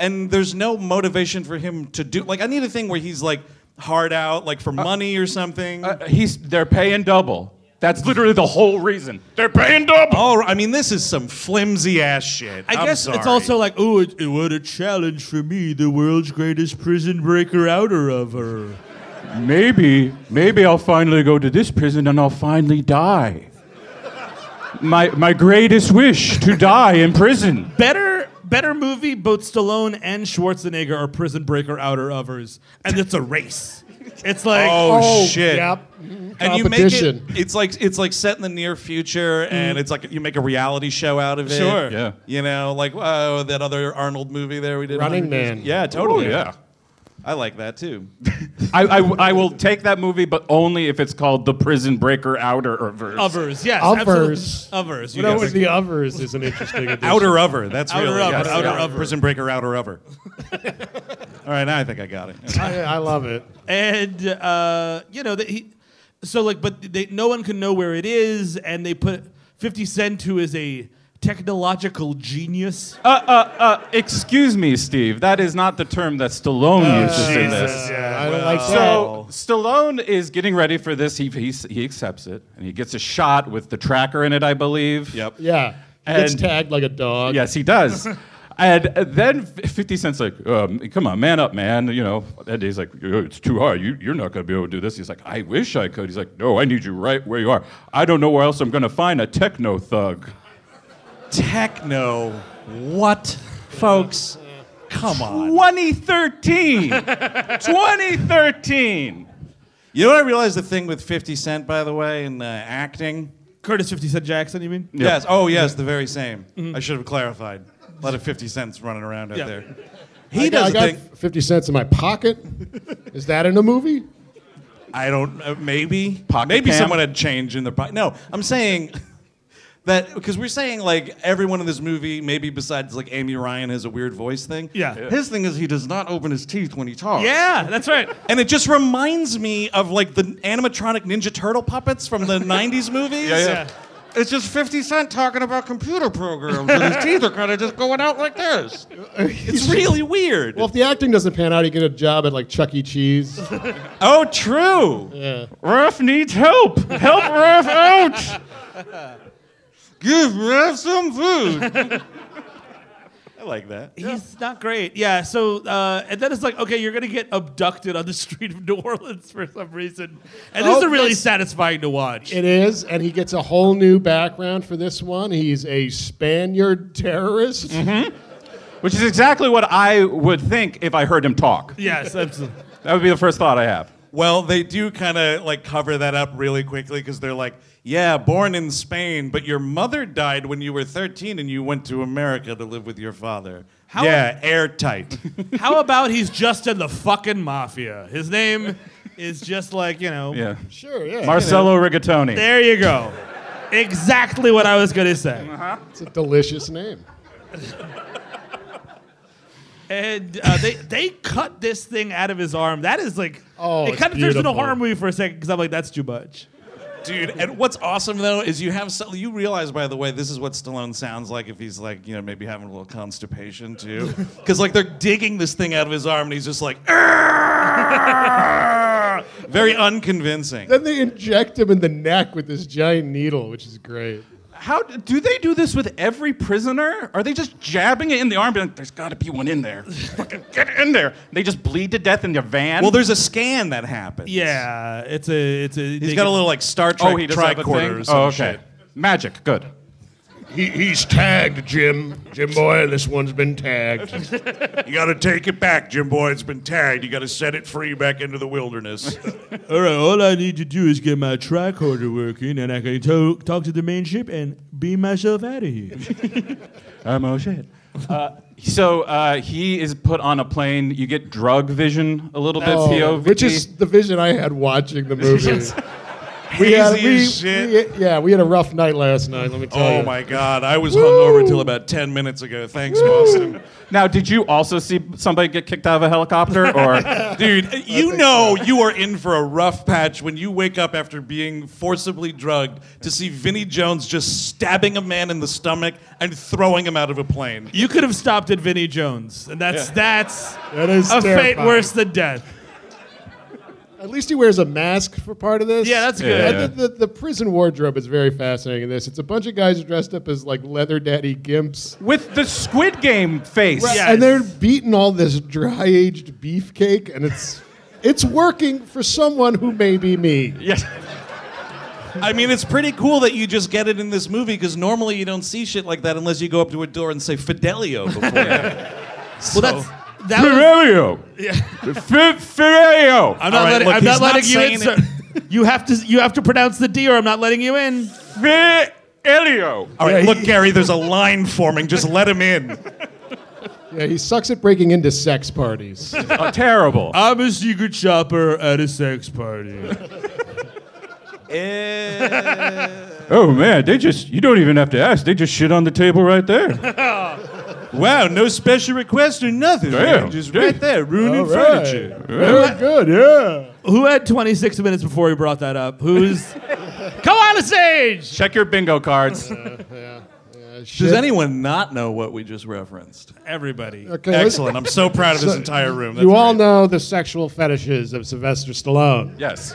S7: and there's no motivation for him to do like i need a thing where he's like hard out like
S8: Uh,
S7: for money or something
S2: He's. They're paying double. That's literally the whole reason. They're paying double.
S7: all right, i mean this is some flimsy ass shit
S8: I
S7: I'm
S8: guess it's
S7: sorry.
S8: also like, oh, it, it- what a challenge for me, the world's greatest prison breaker outer of her.
S2: Maybe, maybe I'll finally go to this prison and I'll finally die. My, my greatest wish to die in prison.
S8: Better, better movie. Both Stallone and Schwarzenegger are prison breaker outer overs, and it's a race. It's like,
S7: Oh, shit!
S3: Yep.
S7: And you make it.
S3: Competition.
S7: It's like it's like set in the near future, and it's like you make a reality show out of it.
S8: Mm. Sure.
S2: Yeah.
S7: You know, like oh, that other Arnold movie there we did.
S3: Running
S2: Oh,
S7: 100 years-
S3: Man.
S7: Yeah, totally.
S2: yeah.
S7: I like that too.
S2: I, I, I will take that movie, but only if it's called The Prison Breaker Outer Overs.
S8: Overs, yes,
S3: Overs.
S8: absolutely. Overs.
S3: You
S8: You
S3: know,
S8: guys-
S3: the overs is an interesting addition.
S7: Outer Over. That's
S8: Outer
S7: really
S8: Over,
S7: yes,
S8: Outer
S7: yeah.
S8: Over.
S7: Prison Breaker Outer Over. All right, now I think I got it.
S3: I, I love it.
S8: and uh, you know that he, so like, but they, no one can know where it is, and they put Fifty Cent, who is a technological genius.
S2: Uh, uh, uh, excuse me, Steve. That is not the term that Stallone uses in this.
S3: Yeah, I don't like that.
S2: So Stallone is getting ready for this. He, he, he accepts it, and he gets a shot with the tracker in it, I believe.
S7: Yep.
S3: Yeah. He gets
S2: And-
S3: tagged like a dog.
S2: Yes, he does. and then 50 Cent's like, um, come on, man up, man. You know, and he's like, "Yeah, it's too hard. You, you're not going to be able to do this. He's like, I wish I could. He's like, no, I need you right where you are. I don't know where else I'm going to find a techno thug.
S7: Techno. What, folks? Come on.
S2: 2013. 2013.
S7: You know what I realized the thing with 50 Cent, by the way, in uh, acting?
S8: Curtis Fifty Cent Jackson, you mean? Mm-hmm.
S7: Yes. Oh, yes, the very same. I should have clarified. A lot of 50 Cents running around out
S8: Yeah.
S7: there.
S3: I
S7: He
S3: got, I
S7: does a
S3: got
S7: thing.
S3: 50 cents in my pocket. Is that in a movie?
S7: I don't. Uh, maybe.
S2: Pocket
S7: maybe
S2: cam?
S7: someone had change in the pocket. No, I'm saying that because we're saying like everyone in this movie, maybe besides like Amy Ryan, has a weird voice thing.
S8: Yeah. Yeah.
S7: His thing is he does not open his teeth when he talks.
S8: Yeah, that's right.
S7: And it just reminds me of like the animatronic Ninja Turtle puppets from the '90s movies.
S2: yeah.
S7: It's just 50 Cent talking about computer programs, and his teeth are kind of just going out like this. It's really weird.
S3: Well, if the acting doesn't pan out, you get a job at like Chuck E. Cheese.
S7: oh, true.
S2: Ruff needs help. Help Ruff out.
S7: Give me some food. I like that.
S8: He's not great. Yeah. So uh, and then it's like, okay, you're gonna get abducted on the street of New Orleans for some reason, and this
S3: Oh,
S8: is really
S3: that's-
S8: satisfying to watch.
S3: It is, and he gets a whole new background for this one. He's a Spaniard terrorist.
S2: Which is exactly what I would think if I heard him talk.
S8: yes, absolutely.
S2: That would be the first thought I have.
S7: Well, they do kind of like cover that up really quickly because they're like, yeah, born in Spain, but your mother died when you were 13 and you went to America to live with your father.
S8: How-
S7: yeah, airtight.
S8: How about he's just in the fucking mafia? His name is just like, you know.
S2: Yeah.
S3: Sure, yeah.
S2: Marcello Rigatoni.
S8: There you go. Exactly what I was going to say.
S3: It's a delicious name.
S8: And uh, they, they cut this thing out of his arm. That is like,
S3: Oh,
S8: it
S3: it's
S8: kind of turns into a
S3: beautiful.
S8: horror movie for a second because I'm like, that's too much.
S7: Dude, and what's awesome though is you have some, you realize by the way this is what Stallone sounds like if he's like you know maybe having a little constipation too, because like they're digging this thing out of his arm and he's just like "Argh!" very unconvincing.
S3: Then they inject him in the neck with this giant needle, which is great.
S2: How do they do this with every prisoner? Are they just jabbing it in the arm? being like, There's got to be one in there. Fucking Get in there. They just bleed to death in your van.
S7: Well, there's a scan that happens.
S8: Yeah, it's a. it's a.
S7: he's got a little like Star Trek
S2: oh, he does have a
S7: tricorder
S2: thing.
S7: or some
S2: Oh, okay.
S7: shit.
S2: Magic. Good.
S3: He, he's tagged, Jim. Jim boy, this one's been tagged.
S7: You got to take it back, Jim Boy. It's been tagged. You got to set it free back into the wilderness.
S2: Oh,
S8: All right, all I need to do is get my tricorder working and I can to- talk to the main ship and beam myself out of here.
S2: I'm oh shit. Uh, so uh, he is put on a plane. You get drug vision a little bit. POV.
S3: Oh, which is the vision I had watching the movie. we
S7: Hazy
S3: we-
S7: as shit.
S3: we- yeah, we had a rough night last night. Let me tell you.
S7: oh my God, I was hungover till about ten minutes ago. Thanks, Boston.
S2: now, did you also see somebody get kicked out of a helicopter? Or
S7: Dude, you know you are in for a rough patch when you wake up after being forcibly drugged to see Vinnie Jones just stabbing a man in the stomach and throwing him out of a plane.
S8: You could have stopped at Vinnie Jones, and that's that's
S3: That is
S8: a fate
S3: terrifying.
S8: worse than death.
S3: At least he wears a mask for part of this.
S8: Yeah, that's
S2: Yeah,
S8: good.
S2: yeah.
S3: And the, the, the prison wardrobe is very fascinating in this. It's a bunch of guys dressed up as like leather daddy gimps.
S2: with the Squid Game face.
S8: Yeah.
S3: And they're beating all this dry aged beefcake, and it's it's working for someone who may be me.
S2: Yes.
S7: I mean, it's pretty cool that you just get it in this movie because normally you don't see shit like that unless you go up to a door and say Fidelio before.
S8: Well, that's that was-
S2: Ferrero. Yeah. Ferrero.
S8: I'm not
S7: All right,
S8: letting,
S7: look,
S8: I'm not
S7: he's not
S8: letting you in,
S7: saying
S8: sir. You have to you have to pronounce the D, or I'm not letting you in.
S2: Ferrero.
S7: All right, look, Gary, there's a line forming. Just let him in.
S3: Yeah, he sucks at breaking into sex parties.
S2: terrible.
S4: I'm a secret shopper at a sex party.
S2: Oh man, they just—you don't even have to ask. They just shit on the table right there.
S7: Wow, no special request or nothing.
S2: Damn.
S7: man. Just right there, ruining
S3: All right.
S7: furniture.
S3: Very good, yeah.
S8: Who had 26 minutes before he brought that up? Who's. Come on the stage!
S2: Check your bingo cards.
S7: Does anyone not know what we just referenced?
S1: Everybody.
S3: Okay, let's-
S7: Excellent. I'm so proud of this entire room. That's
S3: you all
S7: great.
S3: know the sexual fetishes of Sylvester Stallone.
S2: yes,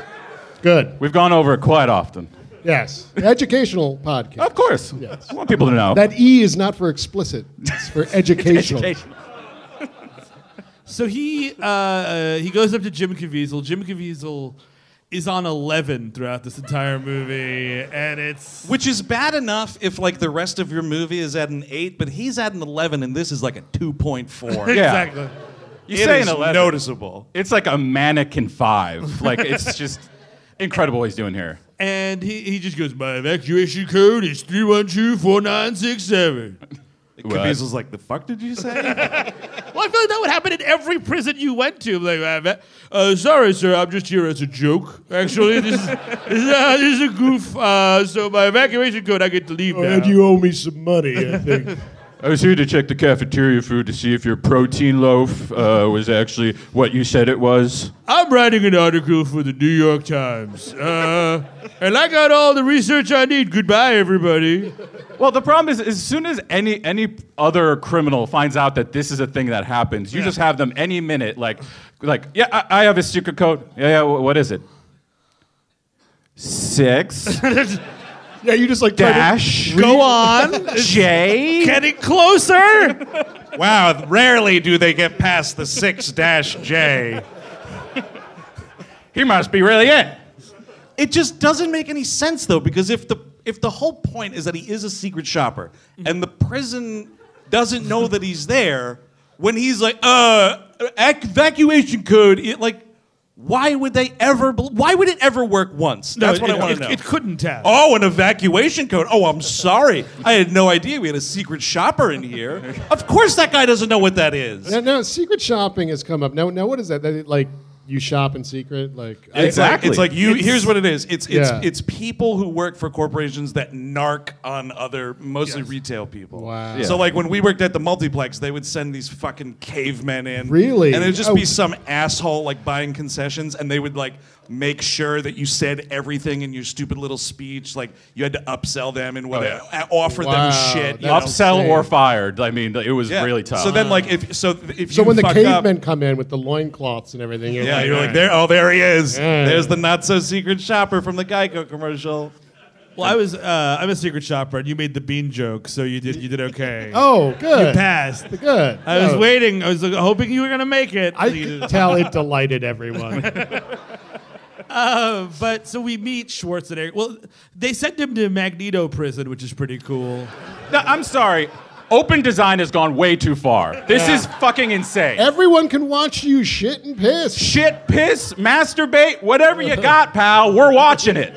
S3: Good.
S2: we've gone over it quite often.
S3: Yes. The educational
S7: Oh.
S3: podcast.
S2: Of course, I want people to know.
S3: That E is not for explicit. It's for educational.
S8: So he uh, uh, he goes up to Jim Caviezel. Jim Caviezel is on 11 throughout this entire movie, and it's.
S7: Which is bad enough if like the rest of your movie is at an eight, but he's at an eleven, and this is like a two point four.
S2: Yeah.
S8: Exactly.
S2: You
S7: It
S2: say
S7: is
S2: an 11.
S7: noticeable.
S2: It's like a mannequin five. Like it's just incredible what he's doing here.
S8: And he, he just goes, my
S4: Evacuation code is 3124967.
S7: Caviezel's like, the fuck did you say?
S8: Well, I feel like that would happen in every prison you went to. Like,
S4: Uh, uh, sorry, sir. I'm just here as a joke. Actually, this is, this is, uh, this is a goof. Uh, so my evacuation code, I get to leave now.
S3: Oh, And you owe me some money, I think.
S2: I was here to check the cafeteria food to see if your protein loaf uh, was actually what you said it was.
S4: I'm writing an article for the New York Times, uh, and I got all the research I need. Goodbye, everybody.
S2: Well, the problem is, as soon as any any other criminal finds out that this is a thing that happens, you just have them any minute, like, like, yeah, I, I have a secret code. Yeah, yeah, wh- what is it? Six
S3: yeah, you just like try to-
S2: dash
S8: go on.
S2: J.
S8: Getting closer.
S7: wow, rarely do they get past the six dash J.
S2: He must be really it.
S7: It just doesn't make any sense though, because if the if the whole point is that he is a secret shopper
S8: Mm-hmm.
S7: and the prison doesn't know that he's there, when he's like, uh, ec- evacuation code, it, like, why would they ever? bel- Why would it ever work once? That's what I want to know.
S8: It couldn't have.
S7: Oh, an evacuation code. Oh, I'm sorry. I had no idea we had a secret shopper in here. Of course, that guy doesn't know what that is.
S3: Now, now, secret shopping has come up. Now, now, what is that? That it, like you shop in secret, like I-
S7: It's like- It's like, you. here's what it is. It's it's
S3: Yeah.
S7: it's people who work for corporations that narc on other, mostly retail people.
S3: Wow.
S7: So like when we worked at the multiplex, they would send these fucking cavemen in.
S3: Really?
S7: And it'd just
S3: Oh.
S7: be some asshole like buying concessions, and they would like make sure that you said everything in your stupid little speech. Like you had to upsell them
S2: Oh,
S7: and whatever, offer
S3: Wow,
S7: them shit. you
S3: that's
S7: know?
S2: Upsell
S3: insane.
S2: or fired. I mean, it was
S7: Yeah.
S2: really tough.
S7: So then, like, if so, th- if
S3: So
S7: you
S3: when the
S7: fuck
S3: cavemen
S7: up,
S3: come in with the loincloths and everything, you're
S7: yeah,
S3: like,
S7: you're like, there, oh, there he is. There's the not so secret shopper from the Geico commercial.
S8: Well, I was uh, I'm a secret shopper, and you made the bean joke, so you did you did okay.
S3: oh, good,
S8: passed.
S3: good.
S8: I was
S3: No,
S8: waiting. I was like, hoping you were gonna make it.
S3: I
S8: So you
S3: could
S8: didn't.
S3: tell it delighted everyone.
S8: but so we meet Schwarzenegger. Well, they sent him to Magneto prison, which is pretty cool.
S2: No, I'm sorry. Open design has gone way too far. This is fucking insane.
S3: everyone can watch you shit and piss.
S2: Shit, piss, masturbate, whatever you got, pal. We're watching it.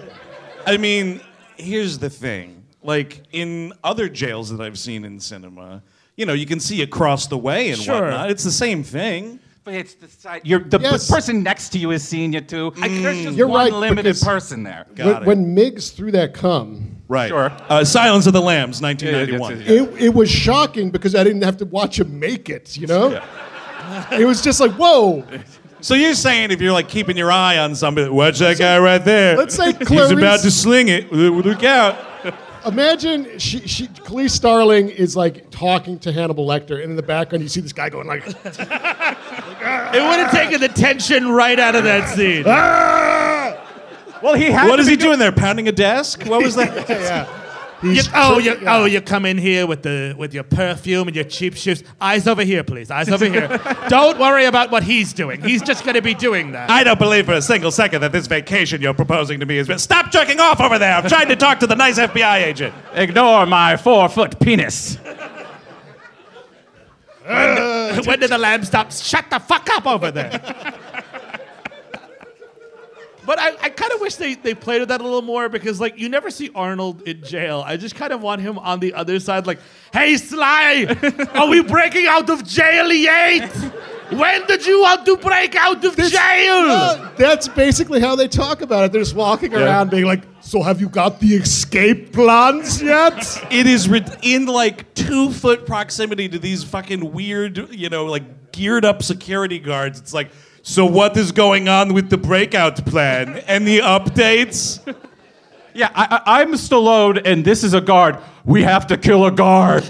S7: I mean, here's the thing. Like in other jails that I've seen in cinema, you know, you can see across the way and
S8: Sure.
S7: whatnot. It's the same thing.
S2: But it's the side. You're, the p-
S3: Yes.
S2: person next to you is seeing you too. I, there's just
S3: You're
S2: one
S3: right,
S2: limited
S3: because-
S2: person there.
S3: When,
S7: it.
S3: when Miggs threw that cum,
S7: Right.
S2: Sure.
S7: Uh, Silence of the Lambs,
S2: Yeah,
S7: 1991.
S2: yeah, yeah.
S3: it, it was shocking because I didn't have to watch him make it. You know, it was just like, whoa.
S7: So you're saying if you're like keeping your eye on somebody, watch that guy right there.
S3: Let's say
S7: He's about
S3: Clarice-
S7: to sling it. Look out.
S3: Imagine she, she, Khalees Starling is like talking to Hannibal Lecter, and in the background you see this guy going like,
S8: It would have taken the tension right out of that scene.
S2: Well, he had
S7: What
S2: to
S7: is
S2: be
S7: he doing there? Pounding a desk? What was that?
S8: You-
S3: He's
S8: oh,
S3: tr-
S8: you,
S3: yeah.
S8: oh, you come in here with the with your perfume and your cheap shifts. Eyes over here, please. Eyes over here. Don't worry about what he's doing. He's just going to be doing that.
S7: I don't believe for a single second that this vacation you're proposing to me is. Stop jerking off over there! I'm trying to talk to the nice FBI agent.
S2: Ignore my four foot penis.
S8: when did the lamb stop? Shut the fuck up over there. But I, I kind of wish they, they played with that a little more because, like, you never see Arnold in jail. I just kind of want him on the other side, like, hey, Sly, are we breaking out of jail yet? When did you want to break out of jail?
S3: No, Uh, that's basically how they talk about it. They're just walking around being like, so have you got the escape plans yet?
S7: It is rid- in like two foot proximity to these fucking weird, you know, like geared up security guards. It's like, so what is going on with the breakout plan and the updates?
S2: Yeah, I, I, I'm Stallone, and this is a guard. We have to kill a guard.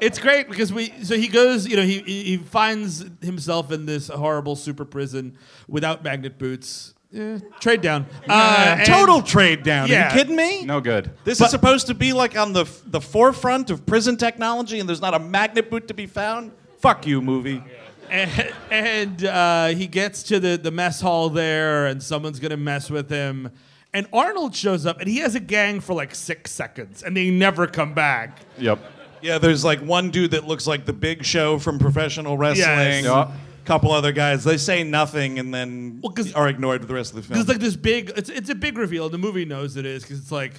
S8: It's great because we. So he goes. You know, he he he finds himself in this horrible super prison without magnet boots. Eh, trade down. Uh, and-
S7: Total trade down. Are
S8: Yeah.
S7: you kidding me?
S2: no good.
S7: This is supposed to be like on the f- the forefront of prison technology, and there's not a magnet boot to be found. Fuck you, movie.
S8: and, and, uh, he gets to the, the mess hall there, and someone's gonna mess with him. And Arnold shows up, and he has a gang for like six seconds, and they never come back.
S2: Yep.
S7: Yeah, there's like one dude that looks like the Big Show from professional wrestling.
S8: Yes.
S2: Yeah.
S7: Couple other guys. They say nothing and then
S8: Well, 'cause-
S7: are ignored for the rest of the film.
S8: Because like this big, it's it's a big reveal. The movie knows it is because it's like,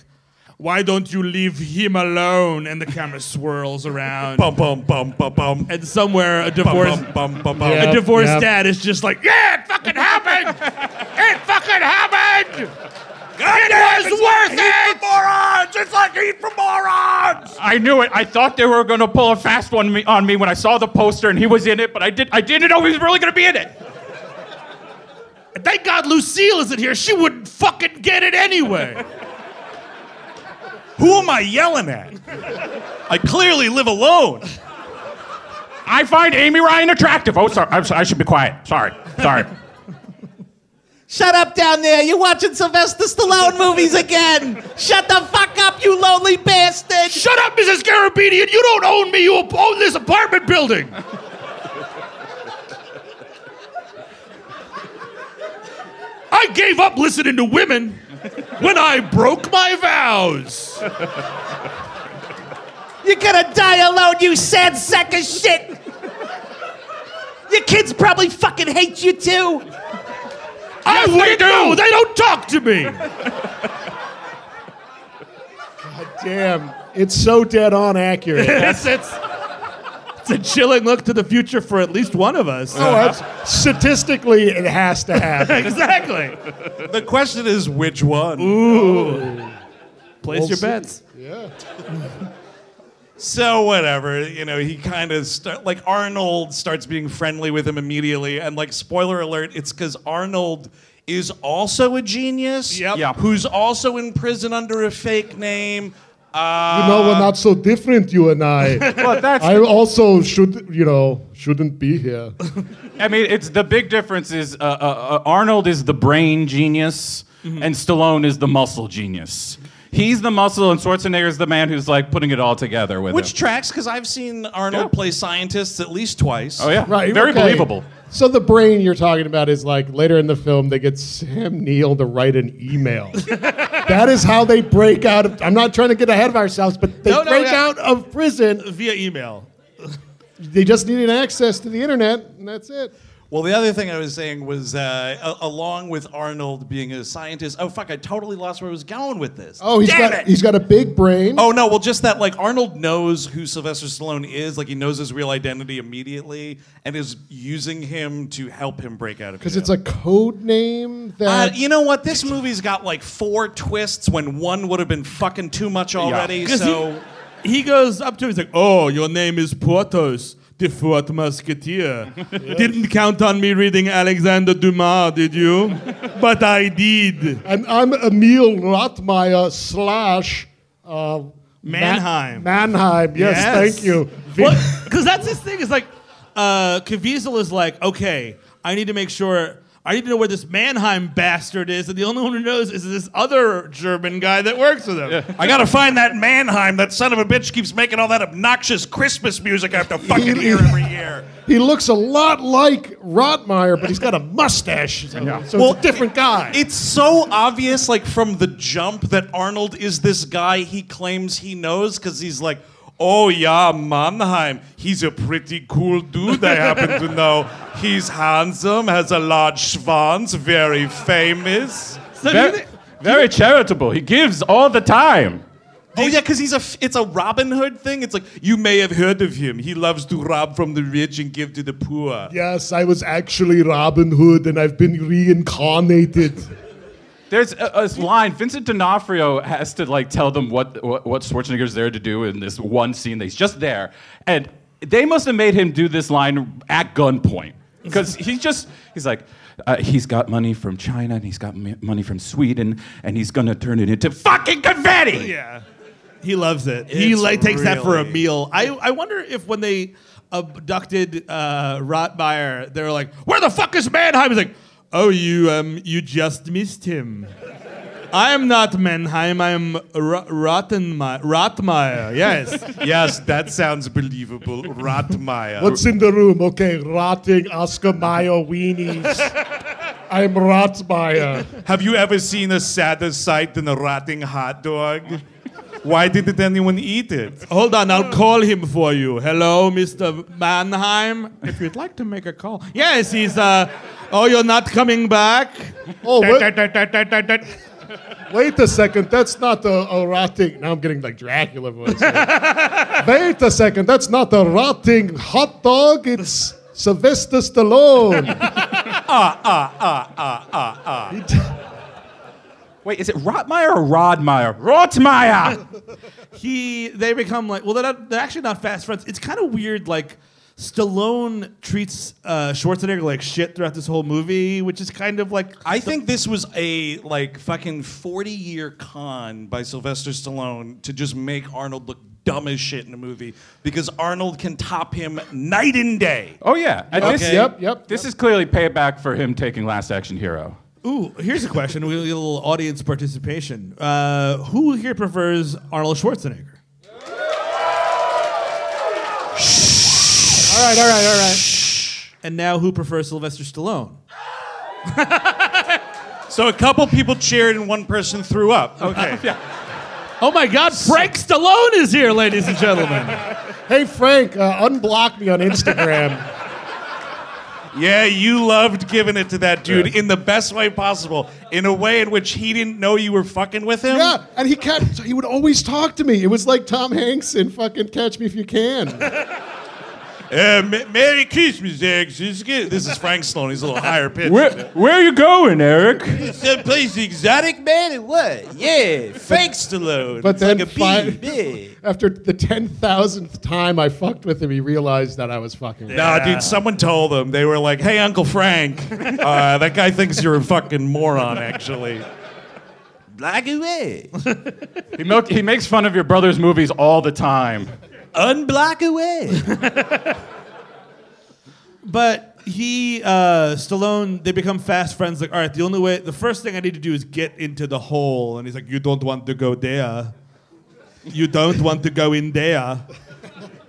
S8: why don't you leave him alone? And the camera swirls around,
S7: bum bum bum bum bum.
S8: and somewhere a
S7: Bum,
S8: divorce.
S7: bum, bum, bum, bum.
S8: a
S3: Yeah.
S8: divorced dad is just like, yeah, it fucking happened. it fucking happened. it was worth it.
S7: Morons! It's like he's from morons!
S2: I knew it. I thought they were gonna pull a fast one me, on me when I saw the poster and he was in it, but I did. I didn't know he was really gonna be in it.
S8: Thank God Lucille isn't here. She wouldn't fucking get it anyway.
S7: Who am I yelling at? I clearly live alone.
S2: I find Amy Ryan attractive. Oh, sorry. I'm sorry. I should be quiet. Sorry. Sorry.
S5: Shut up down there. You're watching Sylvester Stallone movies again. Shut the fuck up, you lonely bastard.
S8: Shut up, Mrs. Garabedian. You don't own me. You own this apartment building. I gave up listening to women when I broke my vows.
S5: You're gonna die alone, you sad sack of shit. Your kids probably fucking hate you too.
S8: I wouldn't know. They don't talk to me.
S3: Damn, it's so dead on accurate.
S8: It's, it's, it's a chilling look to the future for at least one of us.
S3: Oh, abs- statistically, it has to happen.
S8: exactly.
S7: The question is which one?
S8: Place your bets.
S7: So whatever, you know, he kind of start like Arnold starts being friendly with him immediately, and like spoiler alert, it's because Arnold is also a genius,
S8: Yep.
S2: Yeah.
S7: who's also in prison under a fake name.
S3: you know, we're not so different, you and I.
S2: Well, that's.
S3: I also should, you know, shouldn't be here.
S2: I mean, it's the big difference is uh, uh, uh, Arnold is the brain genius, and Stallone is the muscle genius. He's the muscle, and Schwarzenegger's the man who's like putting it all together with
S7: Which
S2: him.
S7: tracks? Because I've seen Arnold
S2: Yeah.
S7: play scientists at least twice.
S2: oh yeah,
S3: Right.
S2: Very
S3: okay.
S2: believable.
S3: So the brain you're talking about is like later in the film they get Sam Neill to write an email. that is how they break out of I'm not trying to get ahead of ourselves, but they
S8: No, no,
S3: break
S8: yeah.
S3: out of prison.
S8: Via email.
S3: They just needed access to the internet and that's it.
S7: Well, the other thing I was saying was, uh, a- along with Arnold being a scientist, oh fuck, I totally lost where I was going with this.
S3: Oh, he's
S7: Damn
S3: got
S7: it!
S3: he's got a big brain.
S7: Oh no! Well, just that like Arnold knows who Sylvester Stallone is. Like he knows his real identity immediately, and is using him to help him break out of.
S3: Because
S7: jail.
S3: it's a code name
S7: Uh,
S3: that
S7: you know what? This movie's got like four twists when one would have been fucking too much already.
S8: Because
S7: So
S8: he, he goes up to him, he's like, Oh, your name is Porthos, the fourth musketeer. Didn't count on me reading Alexander Dumas, did you? but I did.
S3: and I'm Emil Rottmeyer slash uh, Ma-
S8: Mannheim.
S3: Mannheim, yes,
S8: Yes.
S3: thank you.
S8: Because that's his thing. Is like, uh, Caviezel is like, okay, I need to make sure. I need to know where this Mannheim bastard is, and the only one who knows is this other German guy that works with him.
S7: I gotta find that Mannheim. That son of a bitch keeps making all that obnoxious Christmas music I have to fucking hear every year.
S3: He looks a lot like Rottmeyer, but he's got a mustache. So, so
S7: Well,
S3: it's a different guy.
S7: It's so obvious, like from the jump, that Arnold is this guy he claims he knows because he's like, Oh, yeah, Mannheim. He's a pretty cool dude, I happen to know. He's handsome, has a large schwanz, very famous.
S2: Very, very charitable. He gives all the time.
S7: Oh yeah, because he's a f- it's a Robin Hood thing. It's like you may have heard of him. He loves to rob from the rich and give to the poor.
S3: Yes, I was actually Robin Hood and I've been reincarnated.
S2: There's a, a line. Vincent D'Onofrio has to like tell them what, what what Schwarzenegger's there to do in this one scene. That he's just there, and they must have made him do this line at gunpoint because he's just he's like. Uh, he's got money from China and he's got m- money from Sweden and he's gonna turn it into fucking confetti.
S8: Yeah. He loves it. he
S2: It's
S8: like takes that for a
S2: really-
S8: meal. I, I wonder if when they abducted uh, Rottmeyer, they were like, "Where the fuck is Mannheim?" He's like, "Oh, you um you just missed him. I am not Mannheim. I am Ro- Rottenme- Rottmeyer. Yes,
S7: yes, that sounds believable. Rottmeyer.
S3: What's in the room? Okay, rotting Oscar Mayer weenies. I'm Rottmeyer.
S7: Have you ever seen a sadder sight than a rotting hot dog? Why didn't anyone eat it?
S8: Hold on, I'll call him for you. Hello, Mr. Mannheim. If you'd like to make a call. Yes, he's uh. Oh, you're not coming back.
S3: Oh, what?
S8: what?
S3: Wait a second, that's not a, a rotting. Now I'm getting like Dracula voice. here. Wait a second, that's not a rotting hot dog. It's Sylvester Stallone.
S7: Ah, ah, ah, ah, ah, ah.
S2: Wait, is it Rottmeyer or Rodmeyer? Rottmeyer.
S8: he they become like well they're, not, they're actually not fast friends it's kind of weird like stallone treats uh, schwarzenegger like shit throughout this whole movie which is kind of like
S7: I think this was a like fucking 40 year con by Sylvester Stallone to just make Arnold look dumb as shit in a movie because Arnold can top him night and day.
S2: Oh yeah. And this-
S7: Okay. Yep,
S2: This is clearly payback for him taking Last Action Hero.
S8: ooh here's a question we get a little audience participation uh, who here prefers arnold schwarzenegger all right all right all right and now who prefers sylvester stallone
S7: So a couple people cheered and one person threw up. Okay.
S8: oh my god frank stallone is here ladies and gentlemen
S3: hey, Frank, uh, unblock me on Instagram.
S7: Yeah, you loved giving it to that dude in the best way possible, in a way in which he didn't know you were fucking with him.
S3: yeah, and he kept, he would always talk to me. It was like Tom Hanks in fucking Catch Me If You Can.
S7: Uh, M- Merry Christmas, Eric. Siska. This is Frank Sloan. He's a little higher pitched.
S2: Where where you going, Eric?
S7: Someplace exotic, man, and what? Yeah, Frank Stallone.
S3: But then
S7: like a bee,
S3: fi-
S7: bee.
S3: After the 10,000th time I fucked with him, he realized that I was fucking with him.
S7: Nah, dude, someone told them. They were like, hey, Uncle Frank, uh, that guy thinks you're a fucking moron, actually. Black and red.
S2: He, milk, he makes fun of your brother's movies all the time.
S7: Unblock away.
S8: But he, uh, Stallone, they become fast friends. Like, all right, the only way, the first thing I need to do is get into the hole. And he's like, you don't want to go there. You don't want to go in there.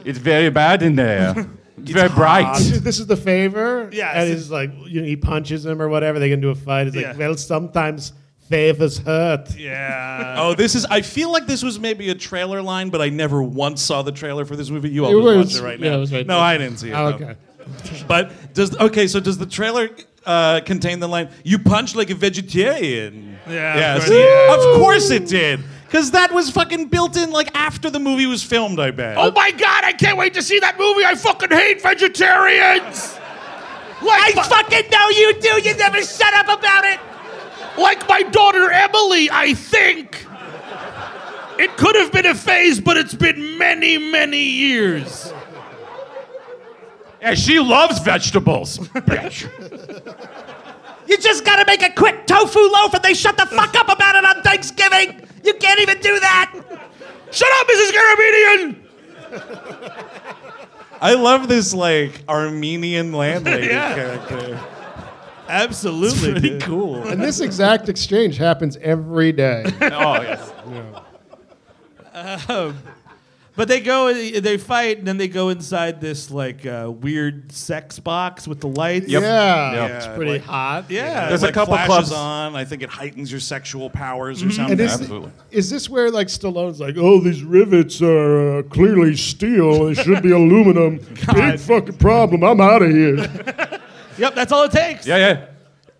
S2: It's very bad in there. It's, very bright.
S3: this is the favor.
S8: Yeah,
S3: and
S8: it's-
S3: he's like, you know, he punches him or whatever. They get into a fight. It's
S8: Yeah.
S3: like, well, sometimes favors hurt.
S8: Yeah.
S7: Oh, this is. I feel like this was maybe a trailer line, but I never once saw the trailer for this movie. You all
S3: It
S7: can watch
S3: was-
S7: it right
S3: yeah,
S7: now.
S3: it was right
S7: no,
S3: there.
S7: I didn't see it.
S3: Oh,
S7: no.
S3: okay.
S7: But does okay? So does the trailer uh, contain the line "You punch like a vegetarian"?
S8: Yeah,
S7: Yes.
S8: of course.
S7: Of course it did. Because that was fucking built in like after the movie was filmed. I bet.
S8: Oh my God, I can't wait to see that movie. I fucking hate vegetarians. Like I fucking know you do. You never shut up about it. Like my daughter Emily, I think. It could have been a phase, but it's been many, many years.
S2: Yeah, she loves vegetables. bitch.
S8: You just gotta make a quick tofu loaf and they shut the fuck up about it on Thanksgiving! You can't even do that! Shut up, Mrs. Garabedian!
S7: I love this like Armenian landlady
S8: Yeah.
S7: character.
S8: Absolutely.
S7: Pretty
S8: dude.
S7: cool.
S3: And this exact exchange happens every day.
S2: oh yes.
S8: But they go, they fight, and then they go inside this like uh, weird sex box with the lights.
S3: Yep. Yeah.
S7: Yeah,
S3: It's pretty
S7: like-
S3: hot.
S8: Yeah.
S7: There's
S8: Like,
S7: a couple
S8: flashes
S7: clubs Mm-hmm. on. I think it heightens your sexual powers or something.
S3: And is, is this where like Stallone's like, oh, these rivets are uh, clearly steel. It should be aluminum. Big fucking problem. I'm out of here.
S8: Yep, that's all it takes.
S2: Yeah, yeah.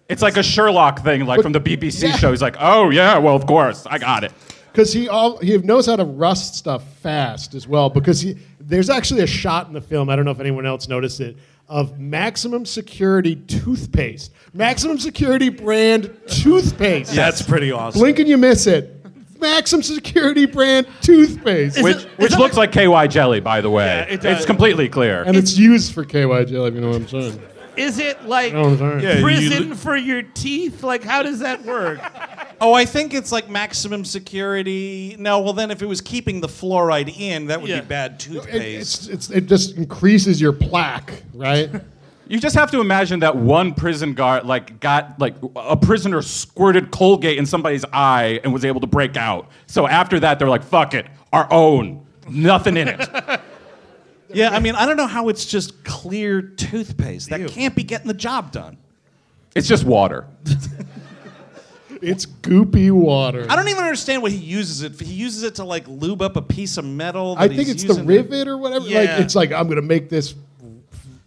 S2: It's like a Sherlock thing, like from the BBC show. He's like, oh, yeah, well, of course. I got it.
S3: because he all he knows how to rust stuff fast as well. Because he there's actually a shot in the film. I don't know if anyone else noticed it of maximum security toothpaste, maximum security brand toothpaste.
S7: That's pretty awesome.
S3: Blink and you miss it. Maximum security brand toothpaste,
S2: Which, which looks like KY jelly, by the way.
S8: it does.
S2: it's completely clear.
S3: and it's used for KY jelly. If you know what I'm saying.
S8: Is it like
S3: You know what I'm saying.
S7: you
S8: prison
S7: li-
S8: for your teeth? Like, how does that work?
S7: Oh, I think it's like maximum security. No, well then, if it was keeping the fluoride in, that would
S8: Yeah.
S7: be bad
S3: It, it's,
S7: toothpaste.
S3: it's, it just increases your plaque, right?
S2: You just have to imagine that one prison guard, like, got, like, a prisoner squirted Colgate in somebody's eye and was able to break out. So after that, they're like, fuck it, our own. Nothing in it.
S7: yeah, I mean, I don't know how it's just clear toothpaste. That can't be getting the job done.
S2: It's just water.
S3: It's goopy water.
S7: I don't even understand what he uses it. for. He uses it to like lube up a piece of metal.
S3: I
S7: that
S3: think
S7: he's
S3: it's the
S7: using-
S3: rivet or whatever.
S8: Yeah.
S3: Like it's like I'm gonna make this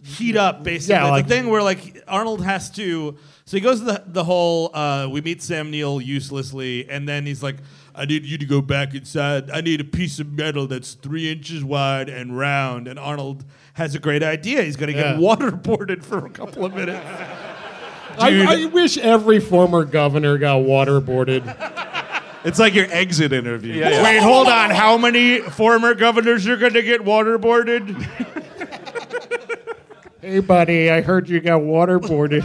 S8: Heat up, basically.
S3: Yeah,
S8: It's
S3: like-
S8: the thing where like Arnold has to. So he goes to the the whole. Uh, we meet Sam Neill uselessly, and then he's like, "I need you to go back inside. I need a piece of metal that's three inches wide and round." And Arnold has a great idea. He's going to
S3: Yeah.
S8: get waterboarded for a couple of minutes.
S3: I, I wish every former governor got waterboarded.
S7: It's like your exit interview.
S8: Wait, hold on. How many former governors are going to get waterboarded?
S3: hey, buddy, I heard you got waterboarded.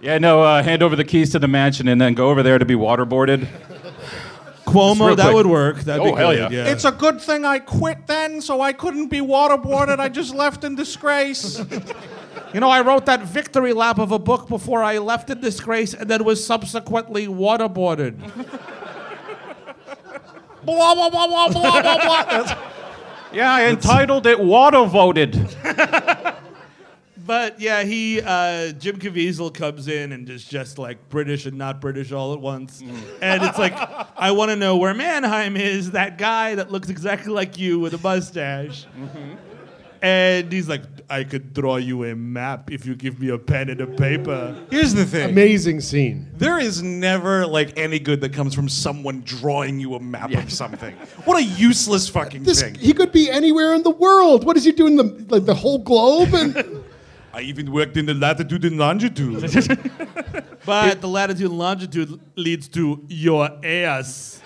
S2: Yeah, no, uh, hand over the keys to the mansion and then go over there to be waterboarded.
S8: Cuomo,
S2: real
S8: that
S2: quick.
S8: would work. That'd be
S2: Oh, hell
S8: good,
S2: yeah.
S7: It's a good thing I quit then, so I couldn't be waterboarded. I just left in disgrace.
S8: You know, I wrote that victory lap of a book before I left in disgrace and then was subsequently waterboarded.
S7: blah blah blah blah blah blah blah. That's-
S2: Yeah, I entitled it Water Voted.
S8: But yeah, he uh, Jim Caviezel comes in and is just like British and not British all at once, and it's like I want to know where Mannheim is. That guy that looks exactly like you with a mustache, and he's like, I could draw you a map if you give me a pen and a paper.
S7: Here's the thing.
S3: Amazing scene.
S7: There is never like any good that comes from someone drawing you a map of something. What a useless fucking
S3: This
S7: thing.
S3: he could be anywhere in the world. What is he doing? The like the whole globe and
S7: I even worked in the latitude and longitude.
S8: But the latitude and longitude leads to your ass.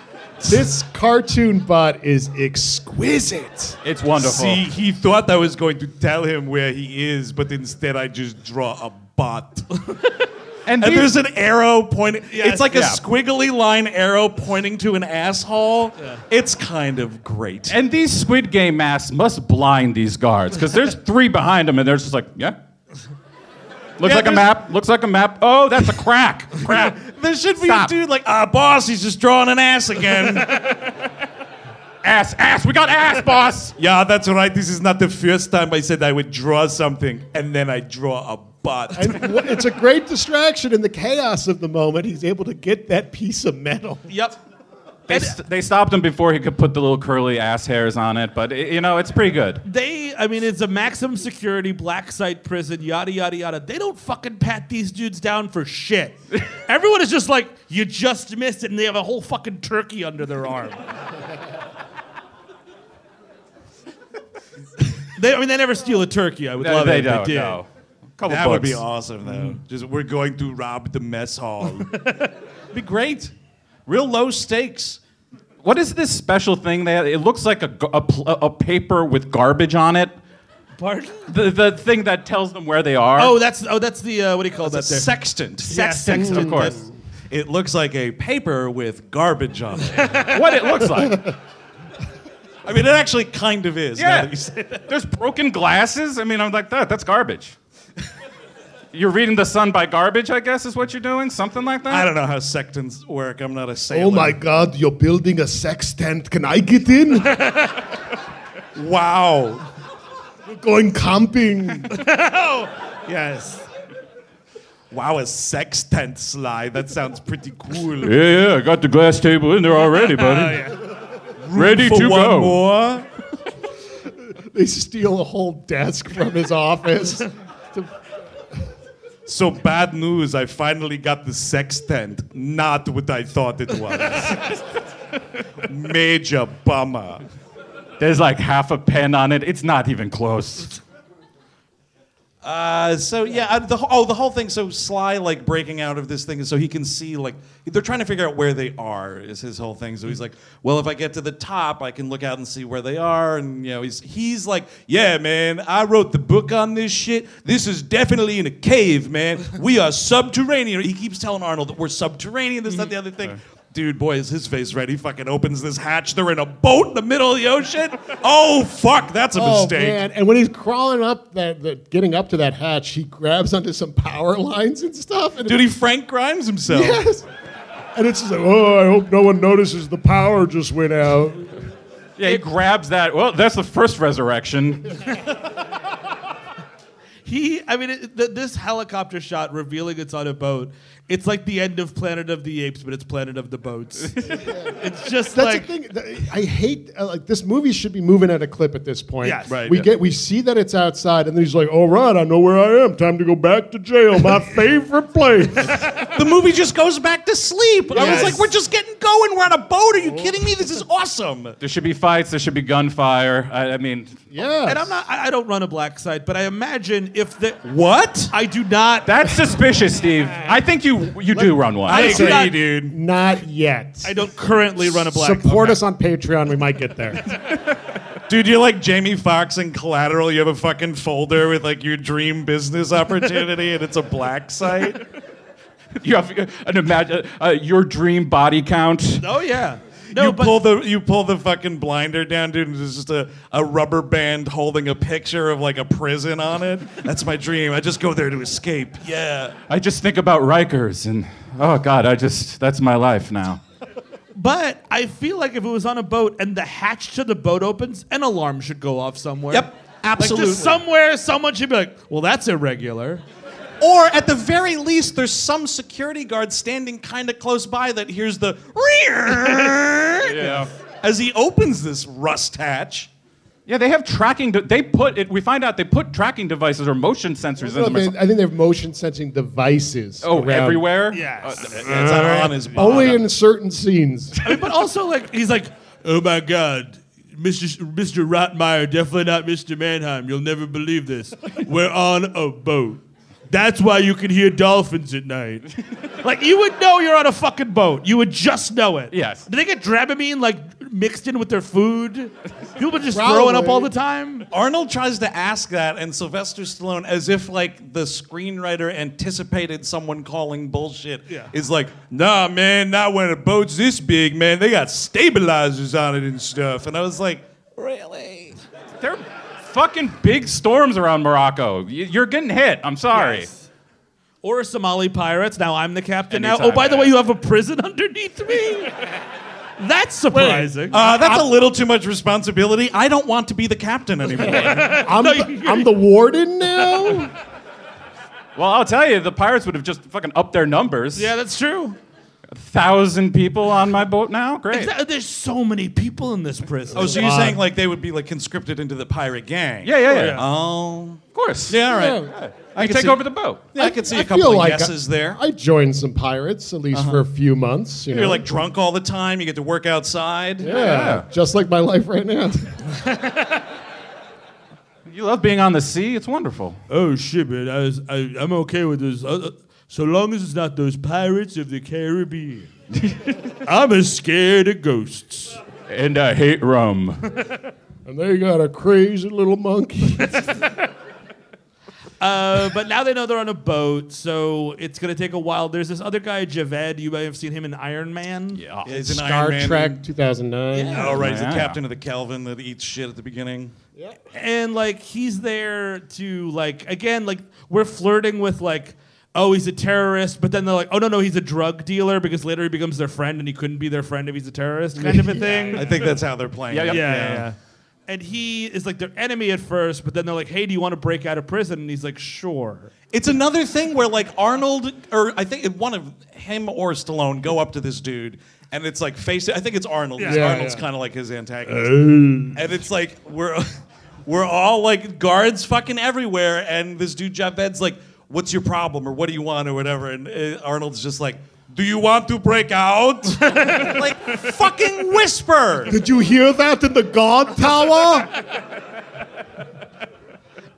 S3: this cartoon butt is exquisite.
S2: It's wonderful.
S7: See, he thought I was going to tell him where he is, but instead I just draw a bot.
S2: and
S7: And
S2: these-
S7: there's an arrow pointing. it's like
S2: yeah.
S7: a squiggly line arrow pointing to an asshole. It's kind of great.
S2: And these Squid Game masks must blind these guards because there's three behind them, and they're just like, yeah. Looks
S7: Yeah,
S2: like a
S7: there's-
S2: map. Looks like a map. Oh, that's a crack. Crap.
S7: there should be
S2: Stop.
S7: a dude like, ah, boss, he's just drawing an ass again.
S2: ass, ass. We got ass, boss.
S7: yeah, that's right. This is not the first time I said I would draw something, and then I draw a bot.
S3: And wha- it's a great distraction in the chaos of the moment. He's able to get that piece of metal.
S8: Yep.
S2: They, st- they stopped him before he could put the little curly ass hairs on it, but i you know it's pretty good.
S8: They, I mean, it's a maximum security black site prison, yada yada yada. They don't fucking pat these dudes down for shit. Everyone is just like, you just missed it, and they have a whole fucking turkey under their arm. they, I mean, they never steal a turkey. I would
S2: No,
S8: love
S2: they
S8: it.
S2: don't.
S8: if they did.
S2: no. Couple
S7: that
S2: bucks.
S7: would be awesome, though.
S8: Mm-hmm.
S7: Just we're going to rob the mess hall. be great. Real low stakes.
S2: What is this special thing? That it looks like a, g- a pl- a paper with garbage on it.
S8: Pardon?
S2: The the thing that tells them where they are.
S8: Oh, that's oh, that's the uh, what do you call
S7: It's a
S8: that? There?
S7: sextant.
S8: Sextant.
S2: of course.
S7: It looks like a paper with garbage on it.
S2: what it looks like.
S7: I mean, it actually kind of is. now
S2: Yeah.
S7: that you say it.
S2: There's broken glasses. I mean, I'm like that. That's garbage. You're reading The Sun by Garbage, I guess, is what you're doing? Something like that?
S7: I don't know how sectons work. I'm not a sailor.
S3: Oh my God, you're building a sex tent. Can I get in?
S7: Wow.
S3: We're going camping.
S7: yes. Wow, a sextant Sly. That sounds pretty cool.
S2: Yeah, yeah, I got the glass table in there already, buddy. Ready
S7: For
S2: to
S7: one
S2: go.
S7: more.
S3: they steal a whole desk from his office.
S7: So bad news. I finally got the sextant. Not what I thought it was. Major bummer.
S2: There's like half a pen on it. It's not even close.
S7: Uh, so yeah, uh, the, wh- oh the whole thing. So Sly like breaking out of this thing is so he can see like they're trying to figure out where they are is his whole thing. So he's
S3: Mm-hmm.
S7: like, well, if I get to the top, I can look out and see where they are, and you know he's he's like, yeah, man, I wrote the book on this shit. This is definitely in a cave, man. We are subterranean. He keeps telling Arnold that we're subterranean. This, that, the other thing.
S3: Mm-hmm.
S7: Dude, boy, is his face red. He fucking opens this hatch. They're in a boat in the middle of the ocean. Oh, fuck, that's a
S3: Oh
S7: mistake.
S3: man! And when he's crawling up that, that, getting up to that hatch, he grabs onto some power lines and stuff. And
S7: Dude, he Frank Grimes himself.
S3: yes. And it's just like, oh, I hope no one notices the power just went out.
S2: Yeah, he grabs that. Well, that's the first resurrection.
S8: He, I mean, it, th- this helicopter shot revealing it's on a boat. It's like the end of Planet of the Apes, but it's Planet of the Boats. it's just
S3: That's the
S8: like
S3: thing. th- I hate uh, like this movie should be moving at a clip at this point.
S8: Yes.
S7: Right,
S3: We
S7: yeah.
S3: get we see that it's outside, and then he's like, "All right, I know where I am. Time to go back to jail, my favorite place."
S7: The movie just goes back to sleep. I was
S3: Yes.
S7: like, we're just getting going. We're on a boat. Are you kidding me? This is awesome.
S2: There should be fights. There should be gunfire. I, I mean,
S3: Yeah.
S8: And I'm not. I, I don't run a black site, but I imagine if the
S7: What?
S8: I do not.
S2: that's suspicious, Steve. I think you you do run one.
S8: I do not.
S7: dude.
S3: Not yet.
S8: I don't currently run a black.
S3: Support us on Patreon. We might get there.
S7: Dude, you're like Jamie Foxx in Collateral. You have a fucking folder with like your dream business opportunity, and it's a black site.
S2: You have an imagine uh, your dream body count.
S8: Oh yeah. No,
S7: you
S8: but
S7: pull the you pull the fucking blinder down, dude, and there's just a, a rubber band holding a picture of like a prison on it. That's my dream. I just go there to escape. Yeah.
S2: I just think about Rikers, and oh god, I just that's my life now.
S8: but I feel like if it was on a boat and the hatch to the boat opens, an alarm should go off somewhere.
S7: Yep,
S8: Like
S7: absolutely.
S8: just somewhere, someone should be like, "Well, that's irregular."
S7: Or at the very least, there's some security guard standing kind of close by that hears the yeah. as he opens this rust hatch.
S2: Yeah, they have tracking. De- they put it. We find out they put tracking devices or motion sensors in them. or
S3: I
S2: something.
S3: think they have motion sensing devices.
S2: Oh,
S3: around.
S2: everywhere.
S8: Yes.
S7: It's not on his body.
S3: Only in certain scenes.
S8: I mean, but also like he's like,
S4: Oh my God. Mr. Sh- Mr. Rottmeyer, definitely not Mr. Mannheim. You'll never believe this. We're on a boat. That's why you can hear dolphins at night.
S8: like you would know you're on a fucking boat. You would just know it.
S2: Yes.
S8: Do they get Dramamine like mixed in with their food? People just throwing up
S3: Probably.
S8: all the time.
S7: Arnold tries to ask that, and Sylvester Stallone, as if like the screenwriter anticipated someone calling bullshit, is like, "Nah, man, not when a boat's this big, man. They got stabilizers on it and stuff." And I was like, "Really?"
S2: They're fucking big storms around Morocco. Y- You're getting hit. I'm sorry.
S8: Or Somali pirates. Now I'm the captain. now,
S2: Anytime,
S8: oh, by the
S2: yeah.
S8: way, you have a prison underneath me. That's surprising.
S7: Uh, that's a little too much responsibility. I don't want to be the captain anymore.
S3: I'm, the, I'm the warden now.
S2: Well, I'll tell you, the pirates would have just fucking upped their numbers.
S8: yeah, that's true.
S2: thousand people on my boat now. Great.
S8: Exa- There's so many people in this prison.
S7: oh, so you're saying like they would be like conscripted into the pirate gang?
S2: Yeah, yeah, yeah.
S7: Oh.
S2: Of course.
S7: Yeah, all right.
S2: I
S7: can
S2: take
S7: see-
S2: over the boat.
S7: Yeah, I, could see a
S3: I
S7: couple
S3: feel
S7: of
S3: like I-
S7: yeses there.
S3: I joined some pirates at least for a few months. You know?
S7: Uh-huh. You're like drunk all the time. You get to work outside.
S3: yeah, just like my life right now.
S2: You love being on the sea. It's wonderful.
S4: Oh shit, man! I was, I, I'm okay with this, Uh, uh, so long as it's not those pirates of the Caribbean. I'm as scared of ghosts.
S2: And I hate rum.
S3: And they got a crazy little monkey.
S8: Uh, but now they know they're on a boat, so it's going to take a while. There's this other guy, Javed. You may have seen him in Iron Man.
S7: Yeah, he's an
S3: Star
S7: Iron Man.
S3: Trek 2009.
S8: Yeah.
S7: Oh, right. He's the
S2: Yeah.
S7: captain of the Kelvin that eats shit at the beginning.
S8: and like he's there to like again like we're flirting with like oh he's a terrorist but then they're like oh no no he's a drug dealer because later he becomes their friend and he couldn't be their friend if he's a terrorist kind of a thing
S7: I think that's how they're playing.
S2: Yeah,
S7: it.
S8: yeah, yeah, yeah. and he is like their enemy at first but then they're like hey do you want to break out of prison and he's like sure
S7: It's another thing where like Arnold or I think one of him or Stallone go up to this dude and it's like face I think it's Arnold. 'cause
S3: Yeah,
S7: Arnold's
S3: yeah.
S7: kind of like his antagonist. and it's like we're we're all like guards fucking everywhere and this dude Javed's like what's your problem or what do you want or whatever and uh, Arnold's just like do you want to break out? like fucking whisper.
S3: Did you hear that in the guard tower?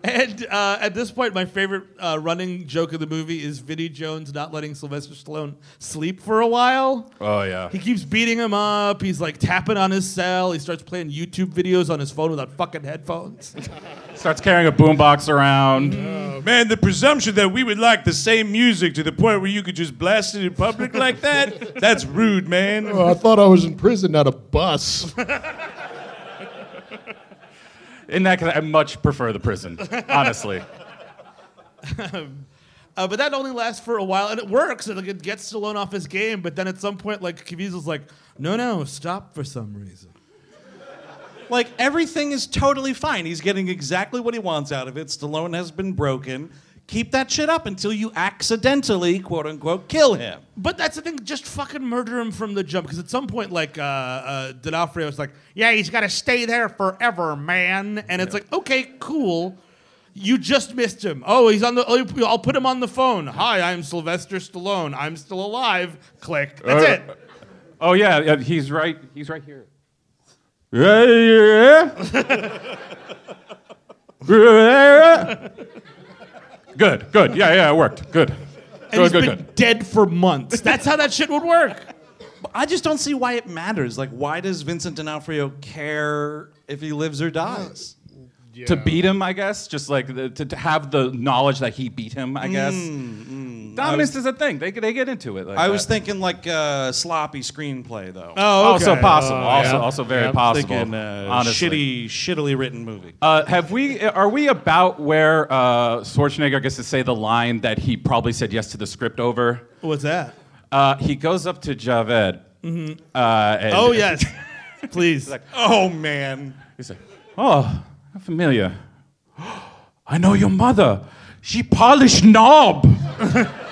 S8: and uh, at this point my favorite uh, running joke of the movie is Vinnie Jones not letting Sylvester Stallone sleep for a while
S2: Oh yeah.
S8: He keeps beating him up. He's like tapping on his cell. He starts playing YouTube videos on his phone without fucking headphones.
S2: Starts carrying a boombox around.
S7: Man, the presumption that we would like the same music to the point where you could just blast it in public like that, that's rude, man.
S3: Oh, I thought I was in prison, not a bus.
S2: In that, case, I much prefer the prison, honestly.
S8: Uh, but that only lasts for a while, and it works. And like, it gets Stallone off his game. But then at some point, like Caviezel's like, "No, no, stop for some reason."
S7: Like, everything is totally fine. He's getting exactly what he wants out of it. Stallone has been broken. Keep that shit up until you accidentally, quote unquote, kill him.
S8: But that's the thing. Just fucking murder him from the jump, because at some point, like uh, uh, D'Onofrio is like, "Yeah, he's got to stay there forever, man." And it's like, okay, cool. You just missed him. Oh, he's on the. oh, I'll put him on the phone. Hi, I'm Sylvester Stallone. I'm still alive. Click. That's
S2: Uh,
S8: it.
S2: Oh yeah, yeah, he's right. He's right here. Right here. good, good. Yeah, yeah, it worked. Good.
S8: And
S2: Good,
S8: he's
S2: good,
S8: been
S2: good.
S8: dead for months. That's how that shit would work.
S7: I just don't see why it matters. Like, why does Vincent D'Onofrio care if he lives or dies?
S2: To beat him, I guess, just like the, to, to have the knowledge that he beat him, I guess.
S7: Mm,
S2: Dominance is a thing. They, they get into it. Like
S7: I was
S2: that.
S7: thinking, like, uh, sloppy screenplay, though.
S2: also possible. also, also very possible.
S7: Oh, Thinking, uh,
S2: honestly.
S7: shitty, shittily written movie.
S2: Uh, have we? Are we about where uh, Schwarzenegger gets to say the line that he probably said yes to the script over?
S8: What's that?
S2: Uh, he goes up to Javed. Uh, and
S8: Oh yes, please.
S7: Oh man.
S2: He's like, "Oh, I'm familiar. I know your mother. She polished knob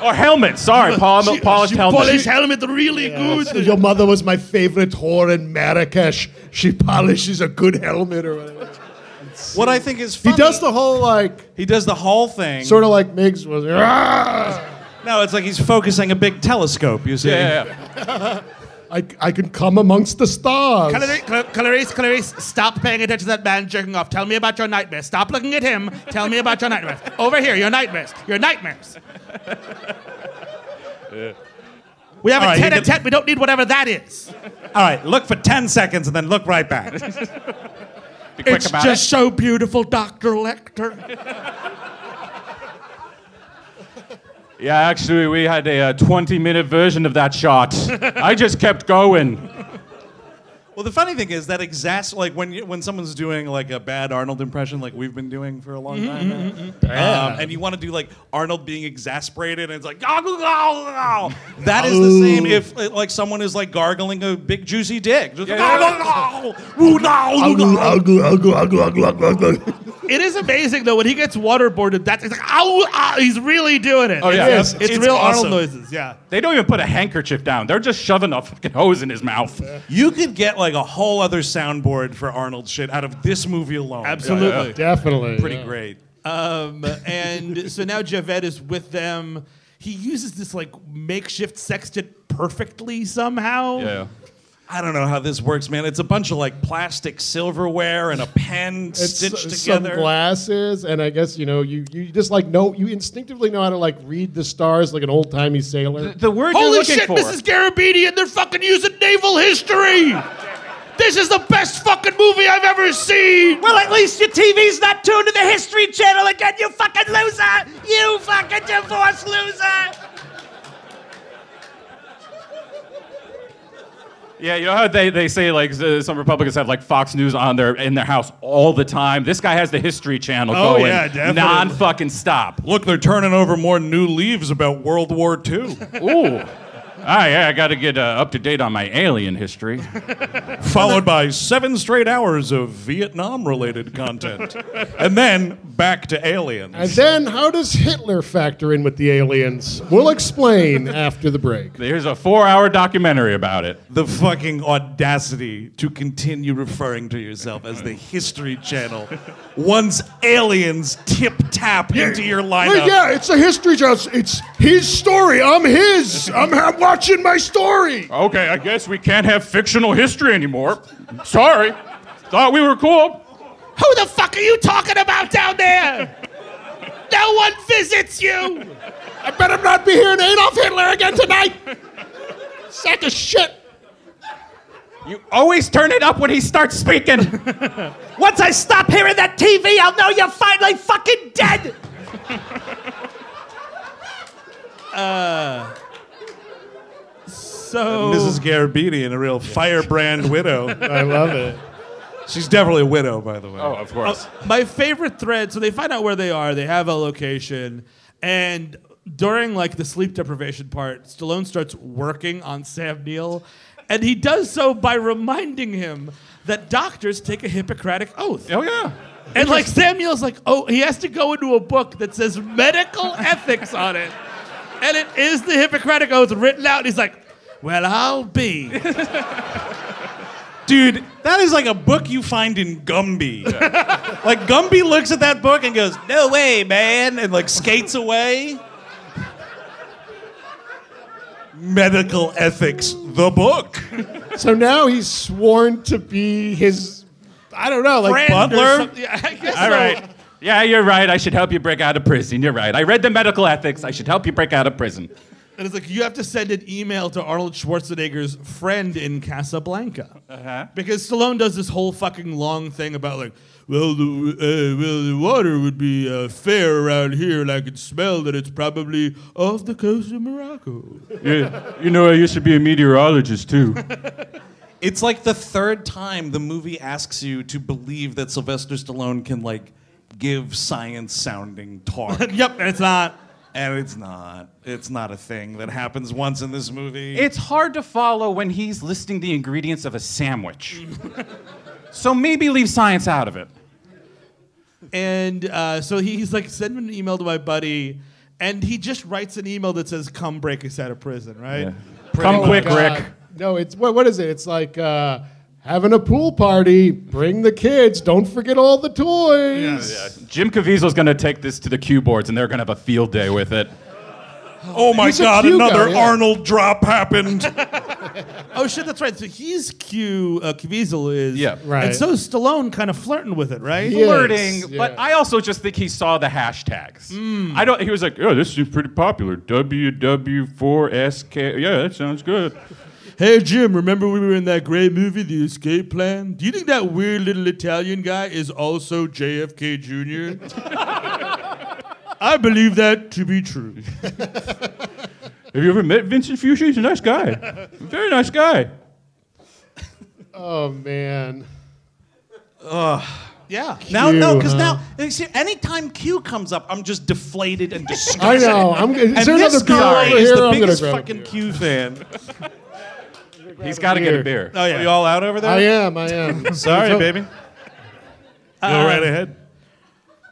S2: or helmet. Sorry, pol- polished helmet.
S8: Polish helmet really good.
S3: Your mother was my favorite whore in Marrakesh. She polishes a good helmet or whatever.
S7: What I think is
S3: He
S7: funny,
S3: does the whole like
S7: he does the whole thing.
S3: sort of like Migs was. "Ah!" "Rah!"
S7: No, it's like he's focusing a big telescope. You see,
S2: yeah, yeah, yeah.
S3: I, I can come amongst the stars.
S8: Clarice, Clarice, stop paying attention to that man jerking off. Tell me about your nightmares. Stop looking at him. Tell me about your nightmares. Over here, your nightmares. Your nightmares. We have
S7: All
S8: a
S7: right,
S8: tete
S7: you
S8: a
S7: can-
S8: tete. We don't need whatever that is.
S7: All right, look for ten seconds and then look right back.
S2: Be quick about it.
S8: so beautiful, Dr. Lecter.
S2: Yeah, actually, we had a uh, 20-minute version of that shot. I just kept going.
S7: well, the funny thing is that exact like when you, when someone's doing like a bad Arnold impression, like we've been doing for a long time, now, um, and you want to do like Arnold being exasperated, and it's like "Gah, gah, gah, gah." that is the same if uh, like someone is like gargling a big juicy dick. Just, "Gah, gah, gah, woo, nah, woo, nah."
S8: It is amazing, though, when he gets waterboarded, that's, it's like, ow, ow, he's really doing it.
S2: Oh, yeah.
S8: It's,
S2: Yes,
S8: it's
S7: it's
S8: real
S7: awesome.
S8: Arnold noises, yeah.
S2: They don't even put a handkerchief down. They're just shoving a fucking hose in his mouth.
S7: You could get like a whole other soundboard for Arnold shit out of this movie alone.
S8: Absolutely.
S3: Definitely.
S7: Pretty
S3: yeah.
S7: great.
S8: Um, and so now Javed is with them. He uses this like makeshift sextant perfectly somehow.
S2: Yeah.
S7: I don't know how this works, man. It's a bunch of like plastic silverware and a pen
S3: It's
S7: stitched
S3: s-
S7: together.
S3: Some glasses, and I guess you know you you just like know you instinctively know how to like read the stars like an old timey sailor.
S2: The word
S8: Holy
S2: you're looking
S8: shit,
S2: for.
S8: Mrs. Garabedian, they're fucking using naval history!
S5: This is the best fucking movie I've ever seen. Well, at least your TV's not tuned to the History Channel again, you fucking loser. You fucking divorce loser.
S2: Yeah, you know how they, they say like s- some Republicans have like Fox News on their in their house all the time. This guy has the History Channel
S7: Oh,
S2: going
S7: yeah, definitely.
S2: non fucking stop.
S7: Look, they're turning over more new leaves about World War II.
S2: Ooh. Ah, yeah, I got to get uh, up to date on my alien history.
S7: followed by seven straight hours of Vietnam related content. and then back to aliens.
S3: And then how does Hitler factor in with the aliens? We'll explain after the break.
S2: There's a four hour documentary about it.
S7: The fucking audacity to continue referring to yourself as the History Channel once aliens tip tap into your lineup.
S3: Well, yeah, it's a history channel. It's- It's his story. I'm his. I'm, I'm watching my story.
S2: Okay, I guess we can't have fictional history anymore. Sorry. Thought we were cool.
S5: Who the fuck are you talking about down there? no one visits you.
S3: I better not be hearing Adolf Hitler again tonight. Sack of shit.
S2: You always turn it up when he starts speaking.
S5: Once I stop hearing that TV, I'll know you're finally fucking dead.
S3: Uh,
S8: So
S7: Mrs. Garabedian, a real firebrand widow.
S3: I love it.
S7: She's definitely a widow, by the way.
S2: oh, of course.
S8: my favorite thread. So they find out where they are. They have a location, and during like the sleep deprivation part, Stallone starts working on Sam Neill, and he does so by reminding him that doctors take a Hippocratic oath.
S2: Oh, yeah.
S8: And like Samuel's like, oh, he has to go into a book that says medical ethics on it. And it is the Hippocratic Oath written out. And he's like, well, I'll be.
S7: Dude, that is like a book you find in Gumby. like Gumby looks at that book and goes, "No way, man," and like skates away. Medical ethics, the book.
S3: So now he's sworn to be his. I don't know, like
S7: Friend or
S3: butler.
S7: something.
S8: Yeah, I guess
S2: All
S8: so.
S2: right. Yeah, you're right. I should help you break out of prison. You're right. I read the medical ethics. I should help you break out of prison.
S8: And it's like, you have to send an email to Arnold Schwarzenegger's friend in Casablanca. Because Stallone does this whole fucking long thing about, like, well, the, uh, well, the water would be uh, fair around here, and I could smell that it's probably off the coast of Morocco.
S2: You, you know, I used to be a meteorologist too.
S7: It's like the third time the movie asks you to believe that Sylvester Stallone can like give science-sounding talk,
S8: yep, and it's not.
S7: and it's not. It's not a thing that happens once in this movie.
S2: It's hard to follow when he's listing the ingredients of a sandwich. so maybe leave science out of it.
S8: And uh, so he- he's like, send an email to my buddy. And he just writes an email that says, come break us out of prison, right?
S2: Come quick,
S3: Oh, God.
S2: Rick.
S3: No, it's what, what is it? It's like uh, having a pool party. Bring the kids. Don't forget all the toys.
S2: Jim Caviezel's going to take this to the cue boards, and they're going to have a field day with it.
S7: oh my
S3: He's a
S7: God!
S3: cute
S7: Another
S3: guy, yeah.
S7: Arnold drop happened.
S8: Oh, shit, that's right. So he's Q, uh, Caviezel is.
S2: Yeah.
S3: Right.
S8: And so Stallone kind of flirting with it, right?
S3: He is,
S2: Flirting, but
S3: yeah.
S2: I also just think he saw the hashtags. I don't. He was like, "Oh, this is pretty popular." WW4SK. Yeah, that sounds good.
S8: Hey Jim, remember we were in that great movie, The Escape Plan? Do you think that weird little Italian guy is also JFK Jr.? I believe that to be true.
S2: Have you ever met Vincent Fuchsia? He's a nice guy. Very nice guy.
S3: Oh man.
S8: Yeah.
S7: Now, no,
S3: Q,
S7: because
S3: huh?
S7: now, you see, anytime Q comes up, I'm just deflated and disgusted.
S3: I know. I'm. Is
S7: And
S3: there
S7: this
S3: another beer
S7: guy
S3: over
S7: is
S3: here?
S7: the
S3: I'm gonna
S7: biggest
S3: grab a
S7: fucking
S3: beer.
S7: Q fan.
S2: He's got to get a beer.
S7: Oh yeah, you all out over there?
S3: I am. I am.
S7: Sorry, baby. Go right ahead.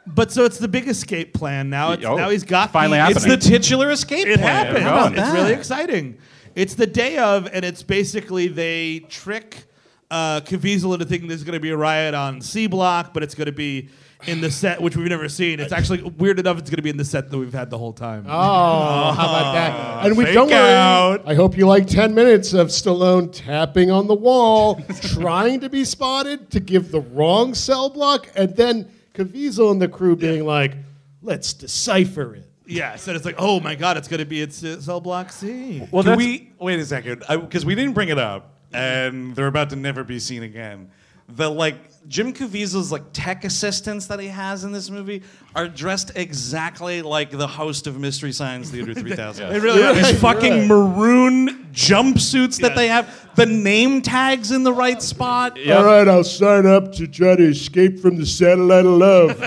S8: But so it's the big escape plan now. It's,
S2: Oh,
S8: now he's got
S2: finally
S8: the,
S7: It's the titular escape
S8: It
S7: plan.
S8: happened.
S7: How about
S8: it's
S7: that?
S8: really exciting. It's the day of, and it's basically they trick uh, Caviezel into thinking there's going to be a riot on C Block, but it's going to be in the set, which we've never seen. It's actually weird enough. It's going to be in the set that we've had the whole time.
S3: Oh, how about that? And we
S7: Fake
S3: don't worry.
S7: out.
S3: I hope you like 10 minutes of Stallone tapping on the wall, trying to be spotted to give the wrong cell block, and then Caviezel and the crew being like, let's decipher it.
S8: Yeah, so it's like, oh my god, it's going to be at C- Cell Block C.
S7: Can we wait a second because we didn't bring it up. and they're about to never be seen again. The like Jim Caviezel's like tech assistants that he has in this movie are dressed exactly like the host of Mystery Science Theater 3000.
S4: They really are.
S7: These
S4: Right,
S7: fucking
S4: right.
S7: maroon jumpsuits that
S4: Yes.
S7: they have, the name tags in the right spot.
S3: All right, I'll sign up to try to escape from the satellite of love.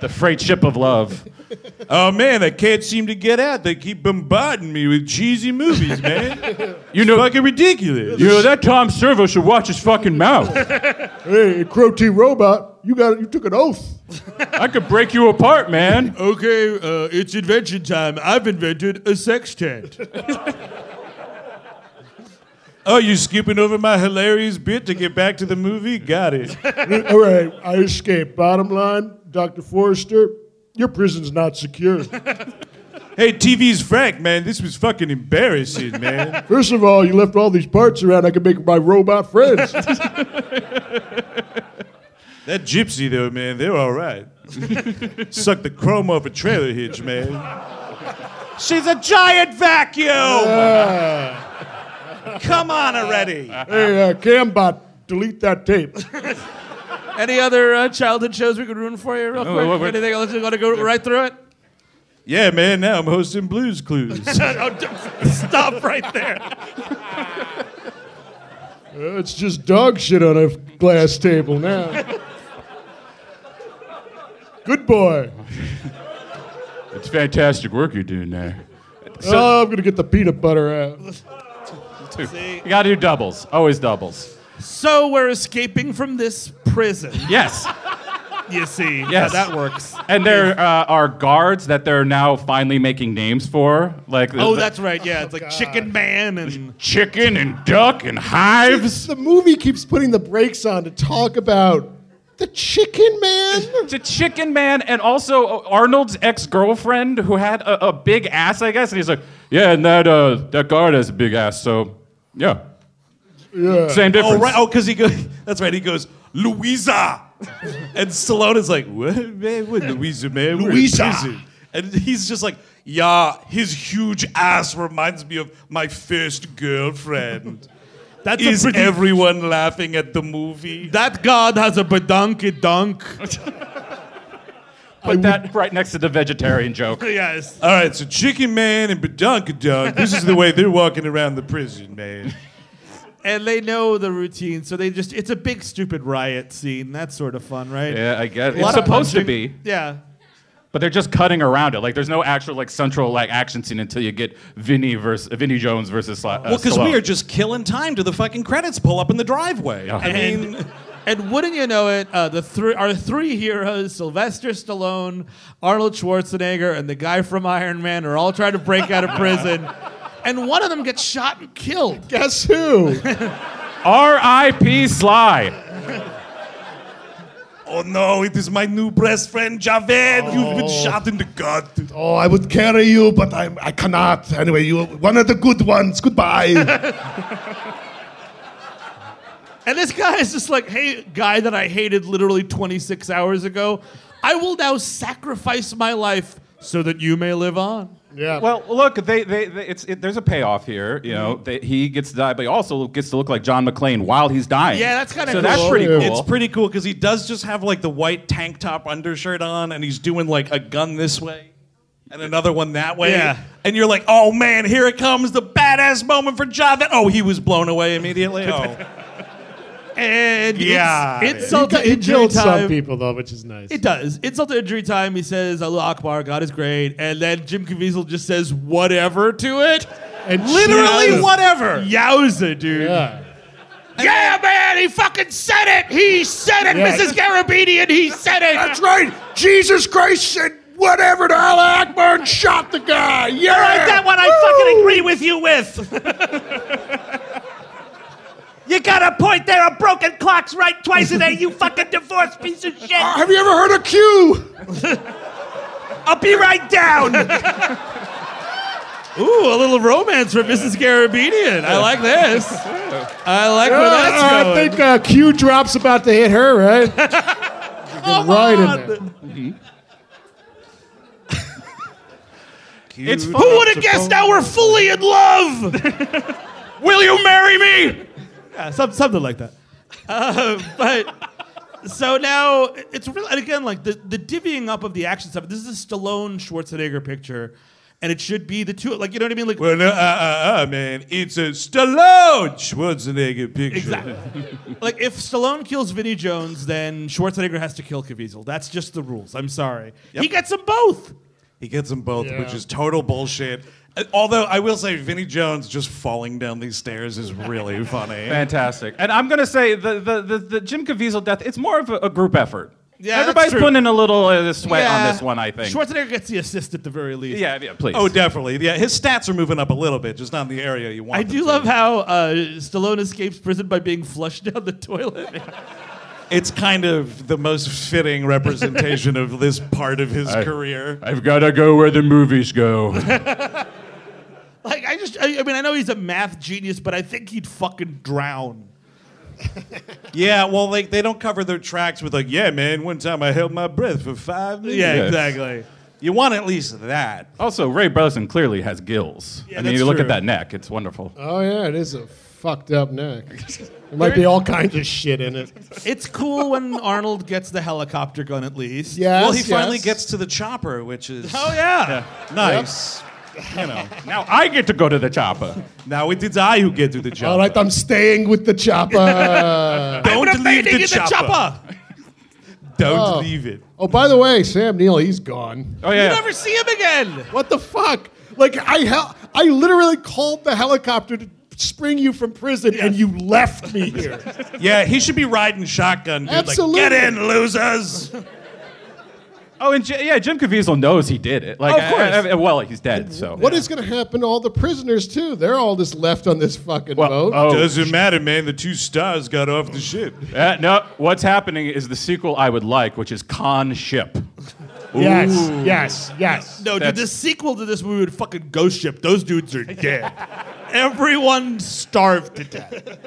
S2: The freight ship of love.
S4: Oh man, I can't seem to get out. They keep bombarding me with cheesy movies, man.
S2: You know,
S4: Fucking ridiculous.
S2: you know that Tom Servo should watch his fucking mouth.
S3: hey, Crow T Robot, you got you took an oath.
S2: I could break you apart, man.
S4: Okay, uh, it's invention time. I've invented a sextant. oh, you skipping over my hilarious bit to get back to the movie? Got it.
S3: All right, I escaped. Bottom line, Dr. Forrester, your prison's not secure.
S4: hey, TV's Frank, man, this was fucking embarrassing, man.
S3: First of all, you left all these parts around I could make my robot friends.
S4: that gypsy, though, man, they're all right. Suck the chrome off a trailer hitch, man.
S7: She's a giant vacuum. Come on already.
S3: hey, uh, Cambot, delete that tape.
S8: Any other uh, childhood shows we could ruin for you, real quick?
S2: wait, wait.
S8: Anything else you want to go right through it?
S4: Yeah, man, now I'm hosting Blues Clues.
S8: oh, d- stop right there.
S3: Uh, it's just dog shit on a glass table now. Good boy.
S2: It's fantastic work you're doing there.
S3: oh, I'm gonna get the peanut butter out.
S2: You gotta do doubles. Always doubles.
S8: So we're escaping from this prison.
S2: Yes.
S8: You see,
S2: Yes.
S8: how that works.
S2: And there uh, are guards that they're now finally making names for, like
S8: Oh, that's right. Yeah, it's like Chicken Man and
S2: chicken and duck and hives.
S6: The movie keeps putting the brakes on to talk about the chicken man.
S2: It's a chicken man, and also uh, Arnold's ex-girlfriend who had a, a big ass, I guess. And he's like, yeah, and that uh, that guard has a big ass, so yeah, yeah, same
S7: Oh
S2: difference.
S7: right, oh because he goes. That's right. He goes Louisa, and Stallone is like, what man? What Louisa man? We're in
S6: Louisa."
S7: prison." and he's just like, yeah, his huge ass reminds me of my first girlfriend.
S8: that's
S7: is
S8: a pretty,
S7: everyone laughing at the movie?
S8: that god has a badonky dunk.
S2: Put that right next to the vegetarian joke.
S8: yes.
S7: All right, so Chicken Man and Badunkadunk. This is the way they're walking around the prison, man.
S8: And they know the routine, so they just it's a big stupid riot scene. That's sort of fun, right?
S2: Yeah, I guess
S8: lot
S2: it's
S8: of
S2: supposed to
S8: punching.
S2: be,
S8: Yeah.
S2: but they're just cutting around it. Like there's no actual like central like action scene until you get Vinny versus Vinny Jones versus. Sly, uh,
S7: Well, because
S2: Stallone.
S7: we are just killing time to the fucking credits pull up in the driveway. I mean,
S8: And, and wouldn't you know it, uh, the three, our three heroes, Sylvester Stallone, Arnold Schwarzenegger, and the guy from Iron Man, are all trying to break out of prison. And one of them gets shot and killed.
S3: Guess who?
S2: R.I.P. Sly.
S7: oh no, it is my new best friend Javed. You've been shot in the gut.
S3: Oh, I would carry you, but I, I cannot. Anyway, you one of the good ones. Goodbye.
S8: And this guy is just like, hey, guy that I hated literally 26 hours ago, I will now sacrifice my life so that you may live on.
S3: yeah.
S2: Well, look, they, they, they it's it, there's a payoff here. You know,
S8: Mm-hmm.
S2: they, he gets to die, but he also gets to look like John McClane while he's dying.
S8: Yeah, that's kinda
S2: so that's
S8: cool.
S2: pretty
S3: Yeah.
S2: cool.
S7: It's pretty cool because he does just have like the white tank top undershirt on, and he's doing like a gun this way and another one that way.
S8: Yeah.
S7: And you're like, oh man, here it comes the badass moment for Javed. Oh, he was blown away immediately. Oh.
S8: And
S7: Yeah.
S8: it's,
S3: He,
S8: insult
S3: ki-
S8: to
S3: he
S8: injury
S3: killed some
S8: time.
S3: people though, which is nice.
S8: It does. Insult to injury time. He says, Allah Akbar, God is great. And then Jim Caviezel just says, whatever to it.
S3: and
S7: Literally,
S3: shit.
S7: whatever.
S8: Yowza, dude.
S3: Yeah.
S8: Yeah, man, he fucking said it. He said it,
S3: Yeah.
S8: Mrs. Garabedian. He said it.
S6: That's right. Jesus Christ said whatever to Allah Akbar and shot the guy. Yeah.
S8: that one I fucking agree with you with. you got a point there. A broken clock's right twice a day. You fucking divorced piece of shit.
S6: Have you ever heard of Q?
S8: I'll be right down. Ooh, a little romance from Mrs. Garabedian. I like this. I like where Oh, that's
S3: Uh, I
S8: going.
S3: think uh, Q drops about to hit her, right? You get right in there.
S2: It's
S8: Who would have guessed now we're fully in love? Will you marry me? Yeah, some, something like that. Uh, but so now it's really and again like the the divvying up of the action stuff. This is a Stallone Schwarzenegger picture, and it should be the two. Like you know what I mean? Like
S7: Well, no, uh, uh, uh, man, it's a Stallone Schwarzenegger picture.
S8: Exactly. like if Stallone kills Vinnie Jones, then Schwarzenegger has to kill Caviezel. That's just the rules. I'm sorry. He gets them both.
S7: He gets them both,
S3: Yeah.
S7: which is total bullshit. Uh, Although I will say, Vinnie Jones just falling down these stairs is really funny.
S2: Fantastic. And I'm gonna say the the, the, the Jim Caviezel death. It's more of a, a group effort.
S8: Yeah, that's
S2: everybody's
S8: true.
S2: putting in a little uh, sweat
S8: Yeah.
S2: on this one. I think.
S8: Schwarzenegger gets the assist at the very least.
S2: yeah, yeah, please.
S7: Oh, definitely. Yeah, his stats are moving up a little bit, just not in the area you want.
S8: I
S7: them
S8: do
S7: to.
S8: love how uh, Stallone escapes prison by being flushed down the toilet.
S7: It's kind of the most fitting representation of this part of his career.
S2: I've gotta go where the movies go.
S8: like I just, I, I mean, I know he's a math genius, but I think he'd fucking drown.
S7: Yeah, well, like they don't cover their tracks with like, yeah, man. One time I held my breath for five minutes.
S8: Yeah,
S2: Yes.
S8: exactly.
S7: You want at least that.
S2: also, Ray Brosnan clearly has gills. I mean,
S8: that's
S2: you look
S8: true. Uh-huh.
S2: at that neck; it's wonderful.
S3: Oh yeah, it is a fucked up neck. There might be all kinds of shit in it.
S8: It's cool when Arnold gets the helicopter gun at least.
S3: Yes,
S7: well, he finally
S3: yes.
S7: gets to the chopper, which is
S8: Oh yeah.
S7: nice. You know,
S2: Now I get to go to the chopper.
S7: now it is I who get to the chopper.
S3: All right, I'm staying with the chopper.
S7: Don't leave the chopper. Don't
S3: Oh.
S7: leave it.
S3: oh, by the way, Sam Neill, he's gone.
S2: Oh yeah.
S8: You never see him again.
S3: What the fuck? Like I hel- I literally called the helicopter to spring you from prison, and you left me here.
S7: Yeah, he should be riding shotgun, dude.
S3: Absolutely.
S7: Like, get in, losers.
S2: oh, and J- yeah, Jim Caviezel knows he did it. Like,
S8: Of course.
S2: I- I- well, he's dead. So
S3: What is going to happen to all the prisoners too? They're all just left on this fucking boat.
S2: oh,
S7: Doesn't matter, man. The two stars got off the ship.
S2: Uh, no, what's happening is the sequel I would like, which is Con Ship.
S3: yes, yes, yes.
S8: No, dude,
S2: That's-
S8: the sequel to this movie would fucking Ghost Ship. Those dudes are dead. Everyone starved to death.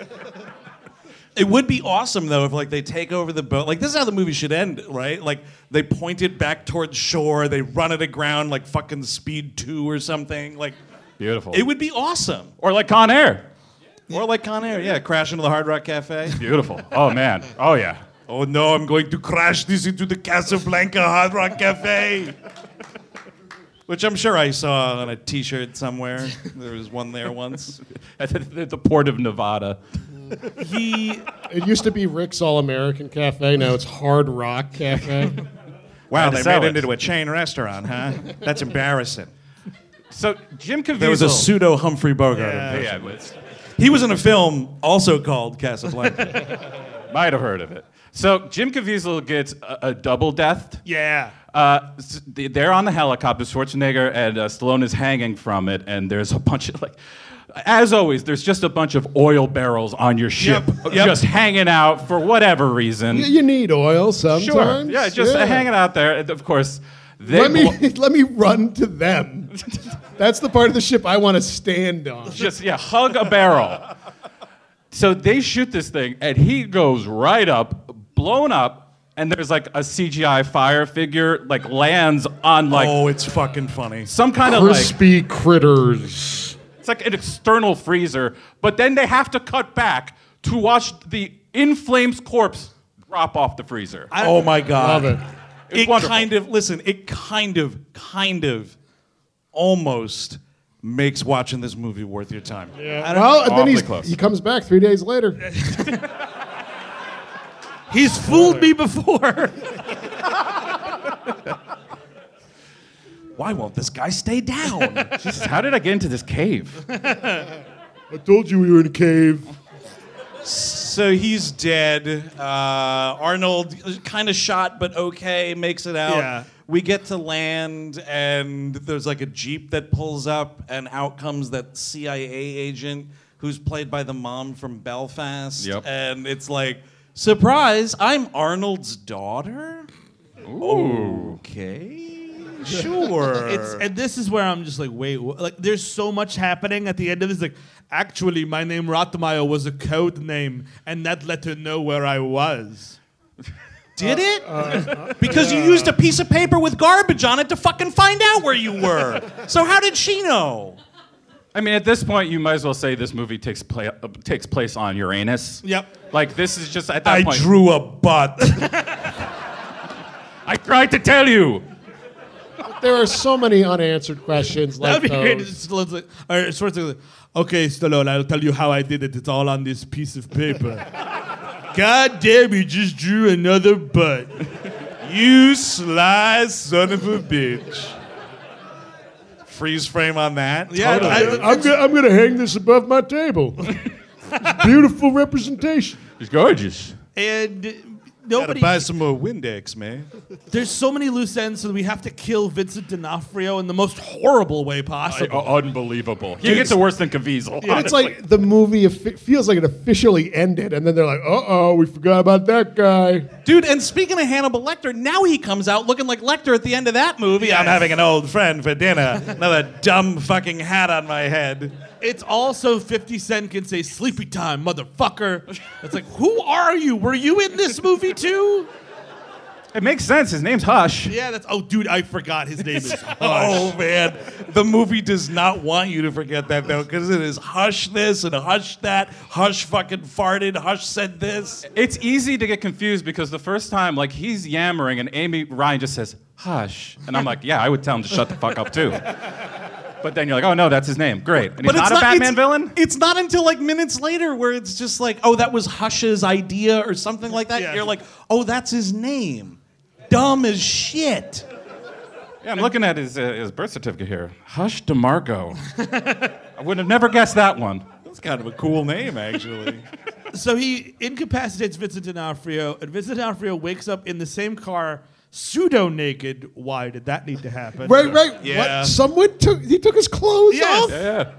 S7: It would be awesome though if like they take over the boat. Like this is how the movie should end, right? Like they point it back towards shore, they run it aground like fucking Speed Two or something. Like
S2: Beautiful.
S7: it would be awesome.
S2: or like Con Air.
S7: Or like Con Air, yeah, crash into the Hard Rock Cafe.
S2: Beautiful. Oh man. Oh yeah.
S7: oh no, I'm going to crash this into the Casablanca Hard Rock Cafe. Which I'm sure I saw on a T-shirt somewhere. There was one there once.
S2: At the, at the port of Nevada.
S8: He
S3: It used to be Rick's All American Cafe. Now it's Hard Rock Cafe.
S7: Wow,
S2: Had to
S7: they
S2: sell
S7: made
S2: it.
S7: it into a chain restaurant, huh? That's embarrassing.
S2: So Jim Caviezel.
S7: There was a pseudo Humphrey Bogart.
S2: Yeah,
S7: impression.
S2: yeah, it's-
S7: He was in a film also called Casablanca.
S2: might have heard of it. So Jim Caviezel gets a, a double death.
S8: Yeah.
S2: Uh, s- they're on the helicopter. Schwarzenegger and uh, Stallone is hanging from it, and there's a bunch of like, as always, there's just a bunch of oil barrels on your ship,
S7: Yep, yep.
S2: just hanging out for whatever reason.
S3: you need oil sometimes.
S2: Sure. Yeah, just
S3: Yeah.
S2: hanging out there. And of course, they
S3: Let me
S2: blo-
S3: let me run to them. That's the part of the ship I want to stand on.
S2: just yeah, hug a barrel. So they shoot this thing, and he goes right up, blown up, and there's like a CGI fire figure like lands on like
S7: oh, it's fucking funny.
S2: some kind of like
S3: Crispy critters.
S2: it's like an external freezer. But then they have to cut back to watch the in flames corpse drop off the freezer.
S7: oh my god.
S3: Love it.
S2: It's
S7: It
S2: wonderful.
S7: kind of listen, it kind of kind of almost makes watching this movie worth your time.
S3: Well, and then
S2: Awfully
S3: he's,
S2: close.
S3: he comes back three days later.
S8: he's fooled me before.
S7: Why won't this guy stay down?
S2: Jesus, how did I get into this cave?
S3: I told you we were in a cave.
S7: so he's dead. Uh, Arnold kind of shot but okay, makes it out.
S8: Yeah.
S7: We get to land and there's like a jeep that pulls up and out comes that CIA agent who's played by the mom from Belfast
S2: Yep.
S7: and it's like surprise, I'm Arnold's daughter? Okay. Sure.
S8: It's, and this is where I'm just like, wait, wh- like there's so much happening at the end of this. Like, actually, my name Rottmeyer was a code name, and that let her know where I was.
S7: Did it? because you used a piece of paper with garbage on it to fucking find out where you were. so how did she know?
S2: I mean, at this point, you might as well say this movie takes play, uh, takes place on Uranus.
S8: Yep.
S2: Like this is just at that
S7: I
S2: point.
S7: drew a butt.
S2: I tried to tell you.
S3: There are so many unanswered questions like
S8: That'd be great.
S3: those.
S8: It's Stallone's like, all right, Schwarzenegger's like,
S4: Okay, Stallone, I'll tell you how I did it. It's all on this piece of paper. God damn, you just drew another butt.
S7: You sly son of a bitch. Freeze frame on that.
S3: Oh,
S8: Yeah,
S7: Totally.
S8: I-
S3: I'm, go- I'm going to hang this above my table. It's beautiful representation.
S2: It's gorgeous.
S8: and
S7: gotta
S8: nobody.
S7: buy some more Windex, man.
S8: There's so many loose ends, so we have to kill Vincent D'Onofrio in the most horrible way possible.
S2: unbelievable. He gets it worse than Caviezel.
S3: It's like the movie offi- feels like it officially ended, and then they're like, uh oh, we forgot about that guy.
S7: Dude, and speaking of Hannibal Lecter, now he comes out looking like Lecter at the end of that movie. I'm having an old friend for dinner. Another dumb fucking hat on my head.
S8: It's also 50 Cent can say "sleepy time, motherfucker." It's like, who are you? Were you in this movie too?
S2: it makes sense. His name's Hush.
S8: Yeah, that's. Oh, dude, I forgot his name is.
S7: Oh man, the movie does not want you to forget that though, because it is hush this and hush that, hush fucking farted, hush said this.
S2: It's easy to get confused because the first time, like, he's yammering and Amy Ryan just says, hush. And I'm like, yeah, I would tell him to shut the fuck up, too. But then you're like, oh, no, that's his name. Great. And he's not, a Batman
S7: it's-
S2: villain?
S7: It's not until like minutes later where it's just like, oh, that was Hush's idea or something like that.
S8: Yeah.
S7: You're like, oh, that's his name. Dumb as shit.
S2: Yeah, I'm looking at his, uh, his birth certificate here. Hush DeMarco. I would have never guessed that one.
S7: That's kind of a cool name, actually.
S8: So he incapacitates Vincent D'Onofrio, and Vincent D'Onofrio wakes up in the same car, pseudo naked. Why did that need to happen?
S3: Right, right.
S7: Yeah.
S3: What? Someone took he took his clothes
S8: Yes.
S3: off.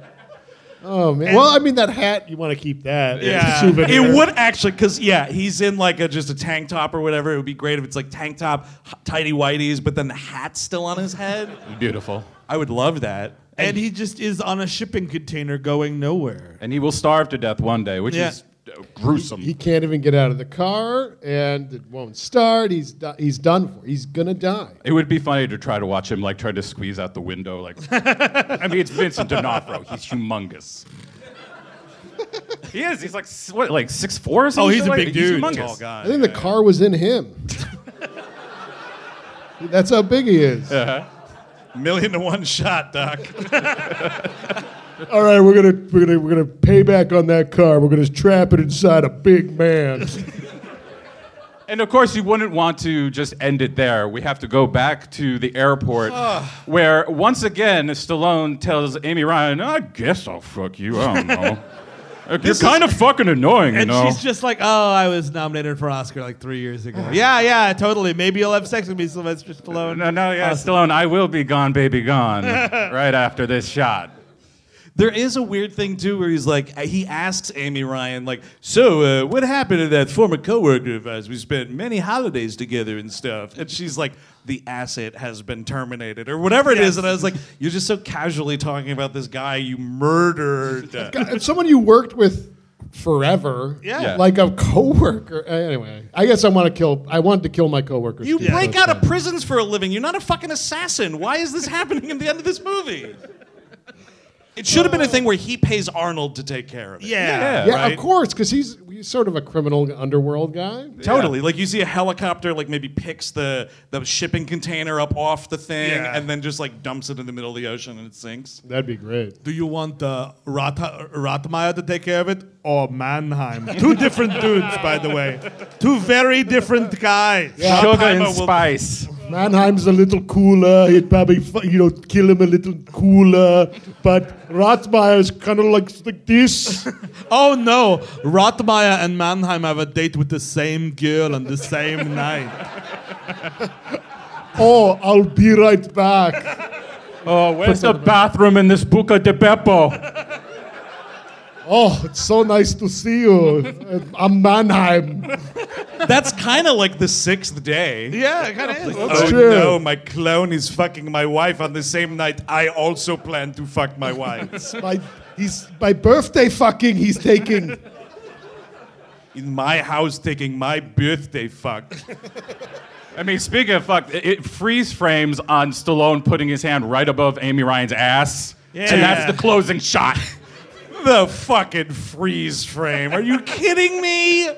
S3: Oh man. well, I mean that hat. You want to keep that? It's a souvenir.
S7: It would actually, because yeah, he's in like a just a tank top or whatever. It would be great if it's like tank top, h- tidy whities, but then the hat's still on his head.
S2: Beautiful.
S7: I would love that.
S8: And he just is on a shipping container going nowhere.
S2: And he will starve to death one day, which
S8: Yeah.
S2: is uh, gruesome.
S3: He can't even get out of the car, and it won't start. He's do- he's done for. He's gonna die.
S2: It would be funny to try to watch him like try to squeeze out the window. Like, I mean, it's Vincent D'Onofrio. He's humongous. he is. He's like s- what, like six four or something.
S8: Oh, he's a
S2: like,
S8: big dude.
S2: Humongous.
S7: Oh,
S8: Tall
S3: I think the car was in him. That's how big he is.
S7: Million to one shot, Doc.
S3: All right, we're gonna we're gonna we're gonna pay back on that car. We're gonna trap it inside a big man.
S2: And of course, you wouldn't want to just end it there. We have to go back to the airport, where once again Stallone tells Amy Ryan, "I guess I'll fuck you. I don't know. Like, You're kind of fucking annoying, you
S8: And
S2: know."
S8: she's just like, oh, I was nominated for Oscar like three years ago. yeah, yeah, totally. Uh, Maybe you'll have sex with me, Sylvester Stallone.
S2: no, no, yeah, Stallone, I will be gone, baby, gone, right after this shot.
S7: There is a weird thing too, where he's like, he asks Amy Ryan, like, so uh, what happened to that former coworker of ours? We spent many holidays together and stuff, and she's like, the asset has been terminated or whatever it is. And I was like, you're just so casually talking about this guy you murdered.
S3: God, someone you worked with forever.
S2: Yeah.
S3: Like a coworker. Uh, Anyway, I guess I want to kill. I wanted to kill my coworkers.
S7: You
S3: too,
S7: break
S3: so it's
S7: out of
S3: fine.
S7: prisons for a living. You're not a fucking assassin. Why is this happening at the end of this movie? It should have been a thing where he pays Arnold to take care of it.
S8: yeah.
S3: Yeah,
S7: right?
S3: of course, because he's, he's sort of a criminal underworld guy.
S7: Totally. Like you see a helicopter, like maybe picks the, the shipping container up off the thing
S8: Yeah.
S7: and then just like dumps it in the middle of the ocean and it sinks.
S3: That'd be great.
S8: Do you want uh, Roth- Rothmeyer to take care of it or Mannheim? Two different dudes, by the way. Two very different guys.
S2: Sugar
S7: Oppenheimer
S2: and
S7: will-
S2: spice.
S3: Mannheim's a little cooler. He'd probably fu- you know kill him a little cooler. But Rothmeyer's kind of like like this.
S8: Oh no, Rothmeyer and Mannheim have a date with the same girl on the same night.
S3: oh, I'll be right back.
S2: Oh, where's the bathroom in this Buca de Beppo?
S3: Oh, it's so nice to see you. I'm Mannheim.
S7: That's kind of like the sixth day.
S8: Yeah, it kind of is.
S3: That's
S7: oh
S3: true.
S7: no, my clone is fucking my wife on the same night I also plan to fuck my wife.
S3: My, he's my birthday fucking. He's taking.
S7: in my house taking my birthday fuck.
S2: I mean, speaking of fuck, it, it freeze frames on Stallone putting his hand right above Amy Ryan's ass. And that's the closing shot.
S7: the fucking freeze frame. Are you kidding me?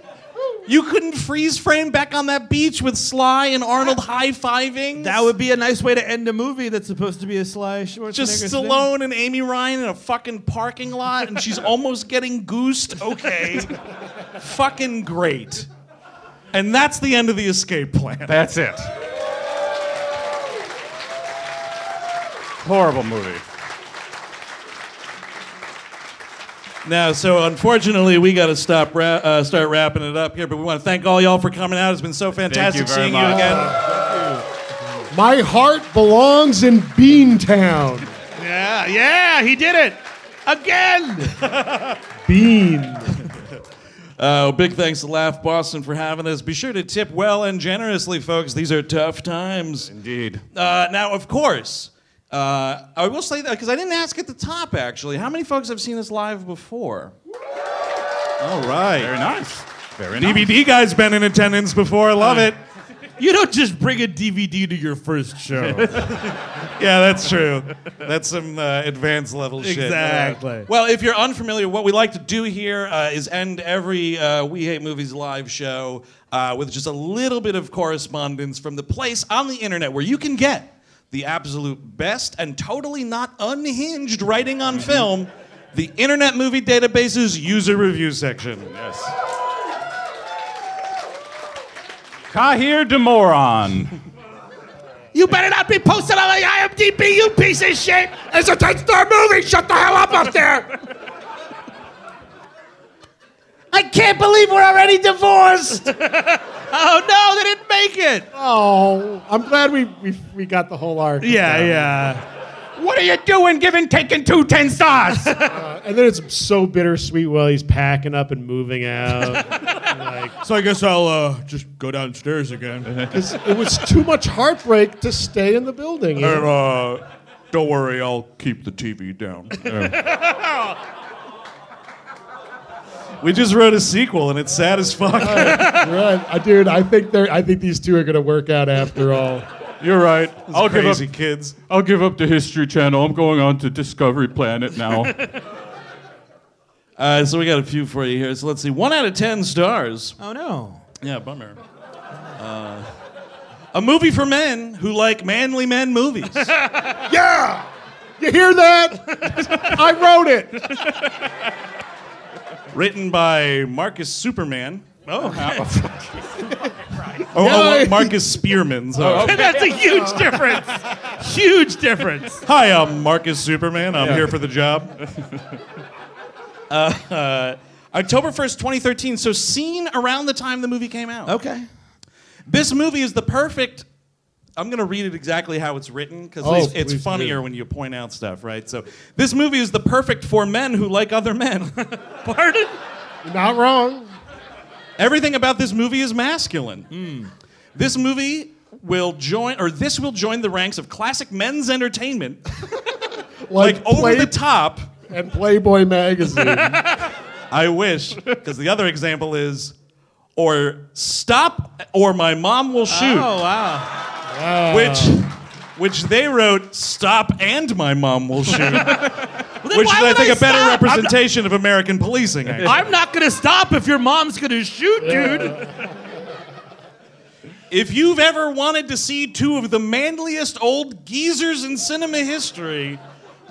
S7: You couldn't freeze frame back on that beach with Sly and Arnold high fiving?
S8: That would be a nice way to end a movie that's supposed to be a Sly Schwarzenegger.
S7: Just
S8: thing.
S7: Stallone and Amy Ryan in a fucking parking lot, and she's almost getting goosed. Okay. fucking great. And that's the end of the escape plan.
S2: That's it. Horrible movie.
S7: Now, so unfortunately, we got to stop ra- uh, start wrapping it up here. But we want to thank all y'all for coming out. It's been so fantastic
S2: very
S7: seeing
S2: much.
S7: you again.
S3: My heart belongs in Beantown.
S4: Yeah, yeah, he did it again.
S3: Bean.
S7: Uh, big thanks to Laugh Boston for having us. Be sure to tip well and generously, folks. These are tough times.
S2: Indeed.
S7: Uh, now, of course, uh, I will say that because I didn't ask at the top, actually. How many folks have seen this live before? All right.
S2: Very nice. Very nice.
S7: DVD guy's been in attendance before. I love it.
S8: You don't just bring a DVD to your first show.
S7: Yeah, that's true. That's some uh, advanced level shit.
S8: Exactly.
S7: Well, if you're unfamiliar, what we like to do here uh, is end every uh, We Hate Movies live show uh, with just a little bit of correspondence from the place on the internet where you can get the absolute best and totally not unhinged writing on film, the Internet Movie Database's user review section.
S2: Yes. Kahir Demoron.
S4: You better not be posted on the IMDb, you piece of shit. It's a 10-star movie. Shut the hell up up there. I can't believe we're already divorced.
S8: oh no, they didn't make it.
S3: Oh, I'm glad we, we, we got the whole arc.
S8: Yeah, yeah.
S2: What are you doing giving taking two ten stars?
S3: And then it's so bittersweet while he's packing up and moving out.
S4: So I guess I'll uh, just go downstairs again.
S3: 'Cause it was too much heartbreak to stay in the building. you know?
S4: uh, don't worry, I'll keep the TV down.
S7: We just wrote a sequel and it's sad as fuck.
S3: Right. Uh, Dude, I think they're I think these two are gonna work out after all.
S2: You're right. I'll give,
S7: Crazy
S2: up,
S7: kids.
S2: I'll give up the History Channel. I'm going on to Discovery Planet now.
S7: Uh, so we got a few for you here. So let's see. One out of ten stars.
S8: Oh no.
S7: Yeah, bummer. Uh, a movie for men who like manly men movies.
S3: You hear that? I wrote it.
S7: Written by Marcus Superman. Oh, oh,
S3: Yeah.
S7: oh, Marcus Spearman. sorry.
S8: That's a huge difference. huge difference.
S7: Hi, I'm Marcus Superman. I'm here for the job. Uh, uh, October 1st, 2013. So, seen around the time the movie came out.
S8: Okay.
S7: This movie is the perfect. I'm going to read it exactly how it's written because
S3: Oh,
S7: it's,
S3: please
S7: it's funnier when you point out stuff, right? So, this movie is the perfect for men who like other men.
S8: Pardon?
S3: You're not wrong.
S7: Everything about this movie is masculine.
S8: Hmm.
S7: This movie will join, or this will join the ranks of classic men's entertainment, like, over
S3: Play-
S7: the top.
S3: and Playboy magazine.
S7: I wish, because the other example is, or stop, or my mom will shoot,
S8: Oh wow.
S7: which, which they wrote stop and my mom will shoot,
S8: Well, then
S7: which is
S8: why
S7: I
S8: would
S7: think a better
S8: stop?
S7: representation of American policing. actually.
S8: I'm not gonna stop if your mom's gonna shoot, dude.
S7: If you've ever wanted to see two of the manliest old geezers in cinema history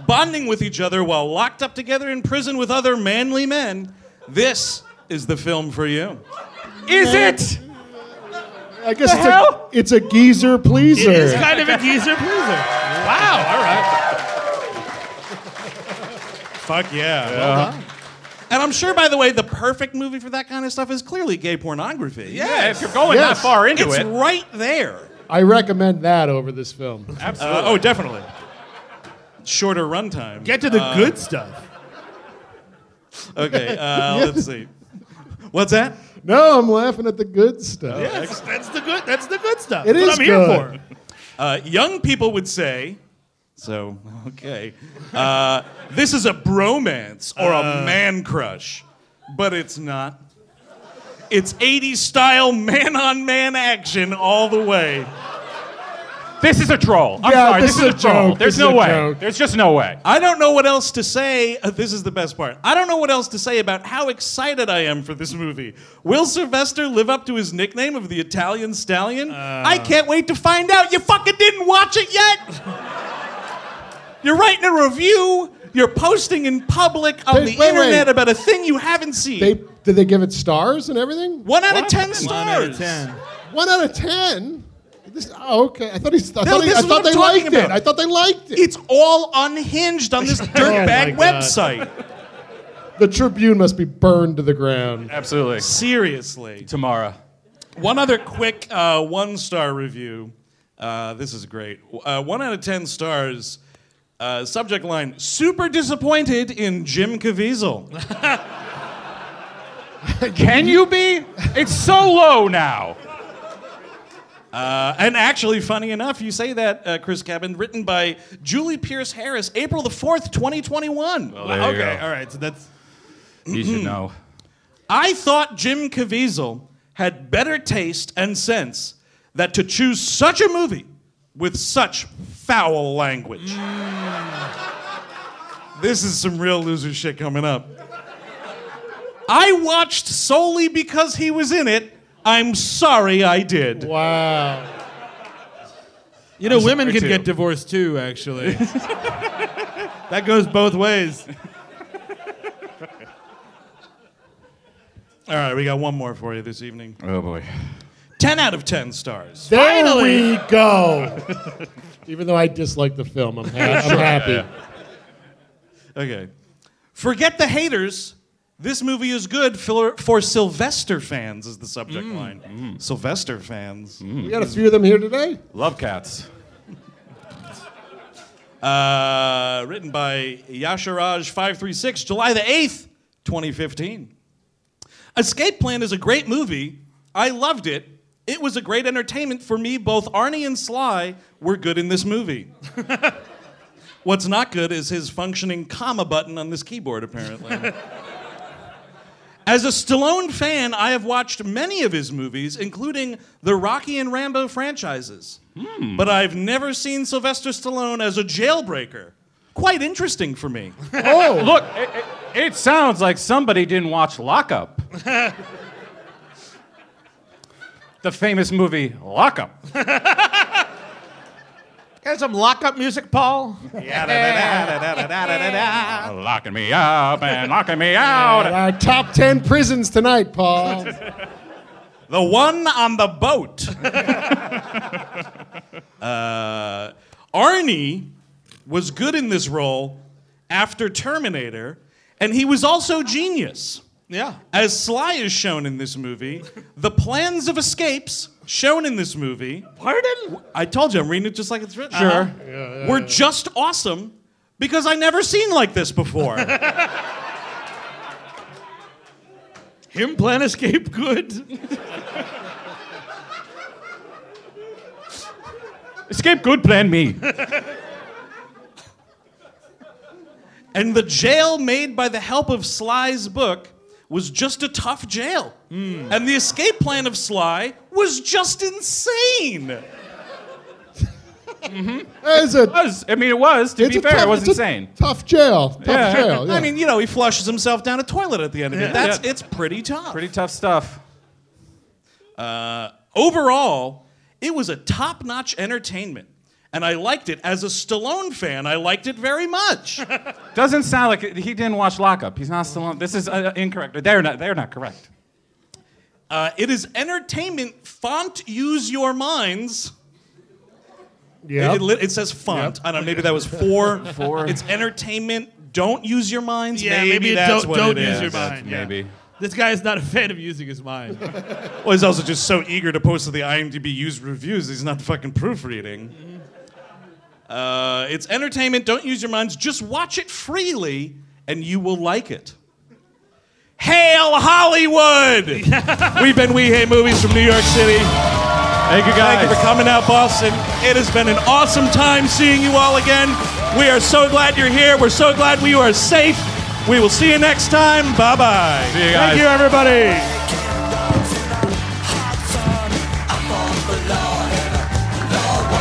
S7: bonding with each other while locked up together in prison with other manly men, this is the film for you.
S2: Is it?
S3: I guess it's
S2: hell?
S3: a it's a geezer pleaser.
S8: It's kind of a geezer pleaser.
S7: Fuck yeah. And I'm sure, by the way, the perfect movie for that kind of stuff is clearly gay pornography.
S2: Yeah, if you're going uh,
S3: Yes.
S2: that far into
S7: It's
S2: it.
S7: right there.
S3: I recommend that over this film.
S7: Uh, oh, definitely. Uh, Shorter runtime.
S8: Get to the good stuff.
S7: Okay, uh, let's see. What's that?
S3: No, I'm laughing at the good stuff.
S8: That's, that's the good. That's the good stuff.
S3: It
S8: that's
S3: is
S8: what I'm here
S3: good.
S8: for.
S7: Uh, young people would say, so, okay, uh, this is a bromance or
S2: Uh.
S7: a man crush, but it's not. It's 80s style man on man action all the way.
S2: This is a troll. I'm
S3: Yeah,
S2: sorry.
S3: this
S2: This,
S3: is
S2: is,
S3: a
S2: a troll.
S3: joke.
S2: There's
S3: This
S2: no
S3: is a
S2: way.
S3: joke.
S2: There's just no way.
S7: I don't know what else to say. Uh, This is the best part. I don't know what else to say about how excited I am for this movie. Will Sylvester live up to his nickname of the Italian Stallion?
S2: Uh.
S7: I can't wait to find out. You fucking didn't watch it yet. You're writing a review. You're posting in public on
S3: They-
S7: the
S3: wait,
S7: internet
S3: wait.
S7: about a thing you haven't seen.
S3: They did they give it stars and everything?
S7: one out of ten stars.
S8: One out of ten.
S3: One out of ten. This, oh, okay, I thought he. I thought, he,
S7: this
S3: I
S7: is
S3: thought
S7: what I'm
S3: they
S7: talking
S3: liked it.
S7: about.
S3: I thought they liked it.
S7: It's all unhinged on
S3: Oh
S7: this dirtbag website.
S3: The Tribune must be burned to the ground.
S2: Absolutely.
S7: Seriously.
S2: Tamara.
S7: One other quick uh, one star review. Uh, this is great. Uh, one out of 10 stars. Uh, subject line Super disappointed in Jim Caviezel.
S2: Can you be? It's so low now.
S7: Uh, and actually, funny enough, you say that, uh, Chris Cabin, written by Julie Pierce Harris, April the 4th, 2021.
S2: There you
S4: okay,
S2: go.
S4: all right. So that's
S2: You should know.
S7: I thought Jim Caviezel had better taste and sense that to choose such a movie with such foul language.
S4: Mm.
S7: This is some real loser shit coming up. I watched solely because he was in it. I'm sorry I did.
S3: Wow.
S8: You know, women can
S7: too.
S8: get divorced too. Actually, that goes both ways.
S7: All right, we got one more for you this evening.
S2: Oh boy.
S7: 10 out of 10 stars.
S3: There we go. Even though I dislike the film, I'm, ha- I'm happy.
S7: Okay. Forget the haters. This movie is good for, for Sylvester fans, is the subject
S2: Mm,
S7: line. Sylvester fans.
S3: We got a few of them here today.
S2: Love cats.
S7: Uh, written by Yashiraj536, July the 8th, 2015. Escape Plan is a great movie. I loved it. It was a great entertainment for me. Both Arnie and Sly were good in this movie. What's not good is his functioning comma button on this keyboard, apparently. As a Stallone fan, I have watched many of his movies, including the Rocky and Rambo franchises. But I've never seen Sylvester Stallone as a jailbreaker. Quite interesting for me.
S2: Oh, look. It, it- it sounds like somebody didn't watch Lockup. the famous movie Lockup.
S8: Got some lockup music, Paul.
S2: Locking me up and locking me out.
S3: Our top 10 prisons tonight, Paul.
S7: The one on the boat. uh, Arnie was good in this role after Terminator, and he was also genius.
S8: Yeah.
S7: As Sly is shown in this movie, the plans of escapes shown in this movie.
S8: Pardon? Uh-huh.
S7: I told you, I'm reading it just like it's written.
S2: Sure.
S7: Were just awesome because I never seen like this before.
S8: Him plan escape good.
S2: Escape good plan me.
S7: And the jail made by the help of Sly's book was just a tough jail.
S2: Hmm.
S7: And the escape plan of Sly was just insane.
S3: It's a,
S2: was. I mean, it was. To
S3: it's
S2: be
S3: a
S2: fair,
S3: tough,
S2: it was
S3: it's a
S2: insane.
S3: Tough jail. Tough
S2: Yeah.
S3: jail. yeah.
S7: I mean, you know, he flushes himself down a toilet at the end of it. That's
S2: Yeah.
S7: it's pretty tough.
S2: Pretty tough stuff.
S7: Overall, it was a top-notch entertainment. And I liked it. As a Stallone fan, I liked it very much.
S2: Doesn't sound like he didn't watch Lockup. He's not still on. This is uh, incorrect. They're not. They're not correct.
S7: Uh, it is entertainment. Font, use your minds.
S3: Yep.
S7: It, it, it says font. I don't know. Maybe that was four. four. It's entertainment. Don't use your minds.
S8: Yeah, maybe it
S7: that's
S8: don't-
S7: what
S8: don't
S7: it is.
S8: use your mind, yeah.
S2: Maybe.
S8: This guy is not a fan of using his mind.
S7: Well, he's also just so eager to post to the IMDb used reviews. He's not fucking proofreading. Uh, it's entertainment. Don't use your minds. Just watch it freely, and you will like it. Hail Hollywood! We've been We Hate Movies from New York City.
S2: Thank you guys.
S7: Thank you for coming out, Boston. It has been an awesome time seeing you all again. We are so glad you're here. We're so glad you are safe. We will see you next time. Bye bye.
S2: See you guys.
S7: Thank you, everybody.
S5: Hot sun, I'm on the law and the law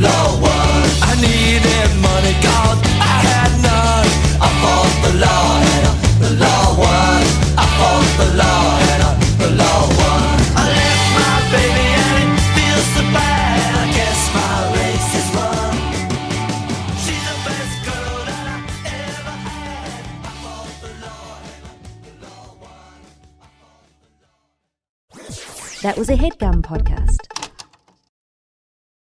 S5: one. low one. I needed money, God, I had none. I fought the law and I, the law won. I fought the law and I, the law won. I left my baby and it feels so bad. I guess my race is run. She's the best girl that I ever had. I fought the law and I, the law won.
S10: That was a headgum podcast.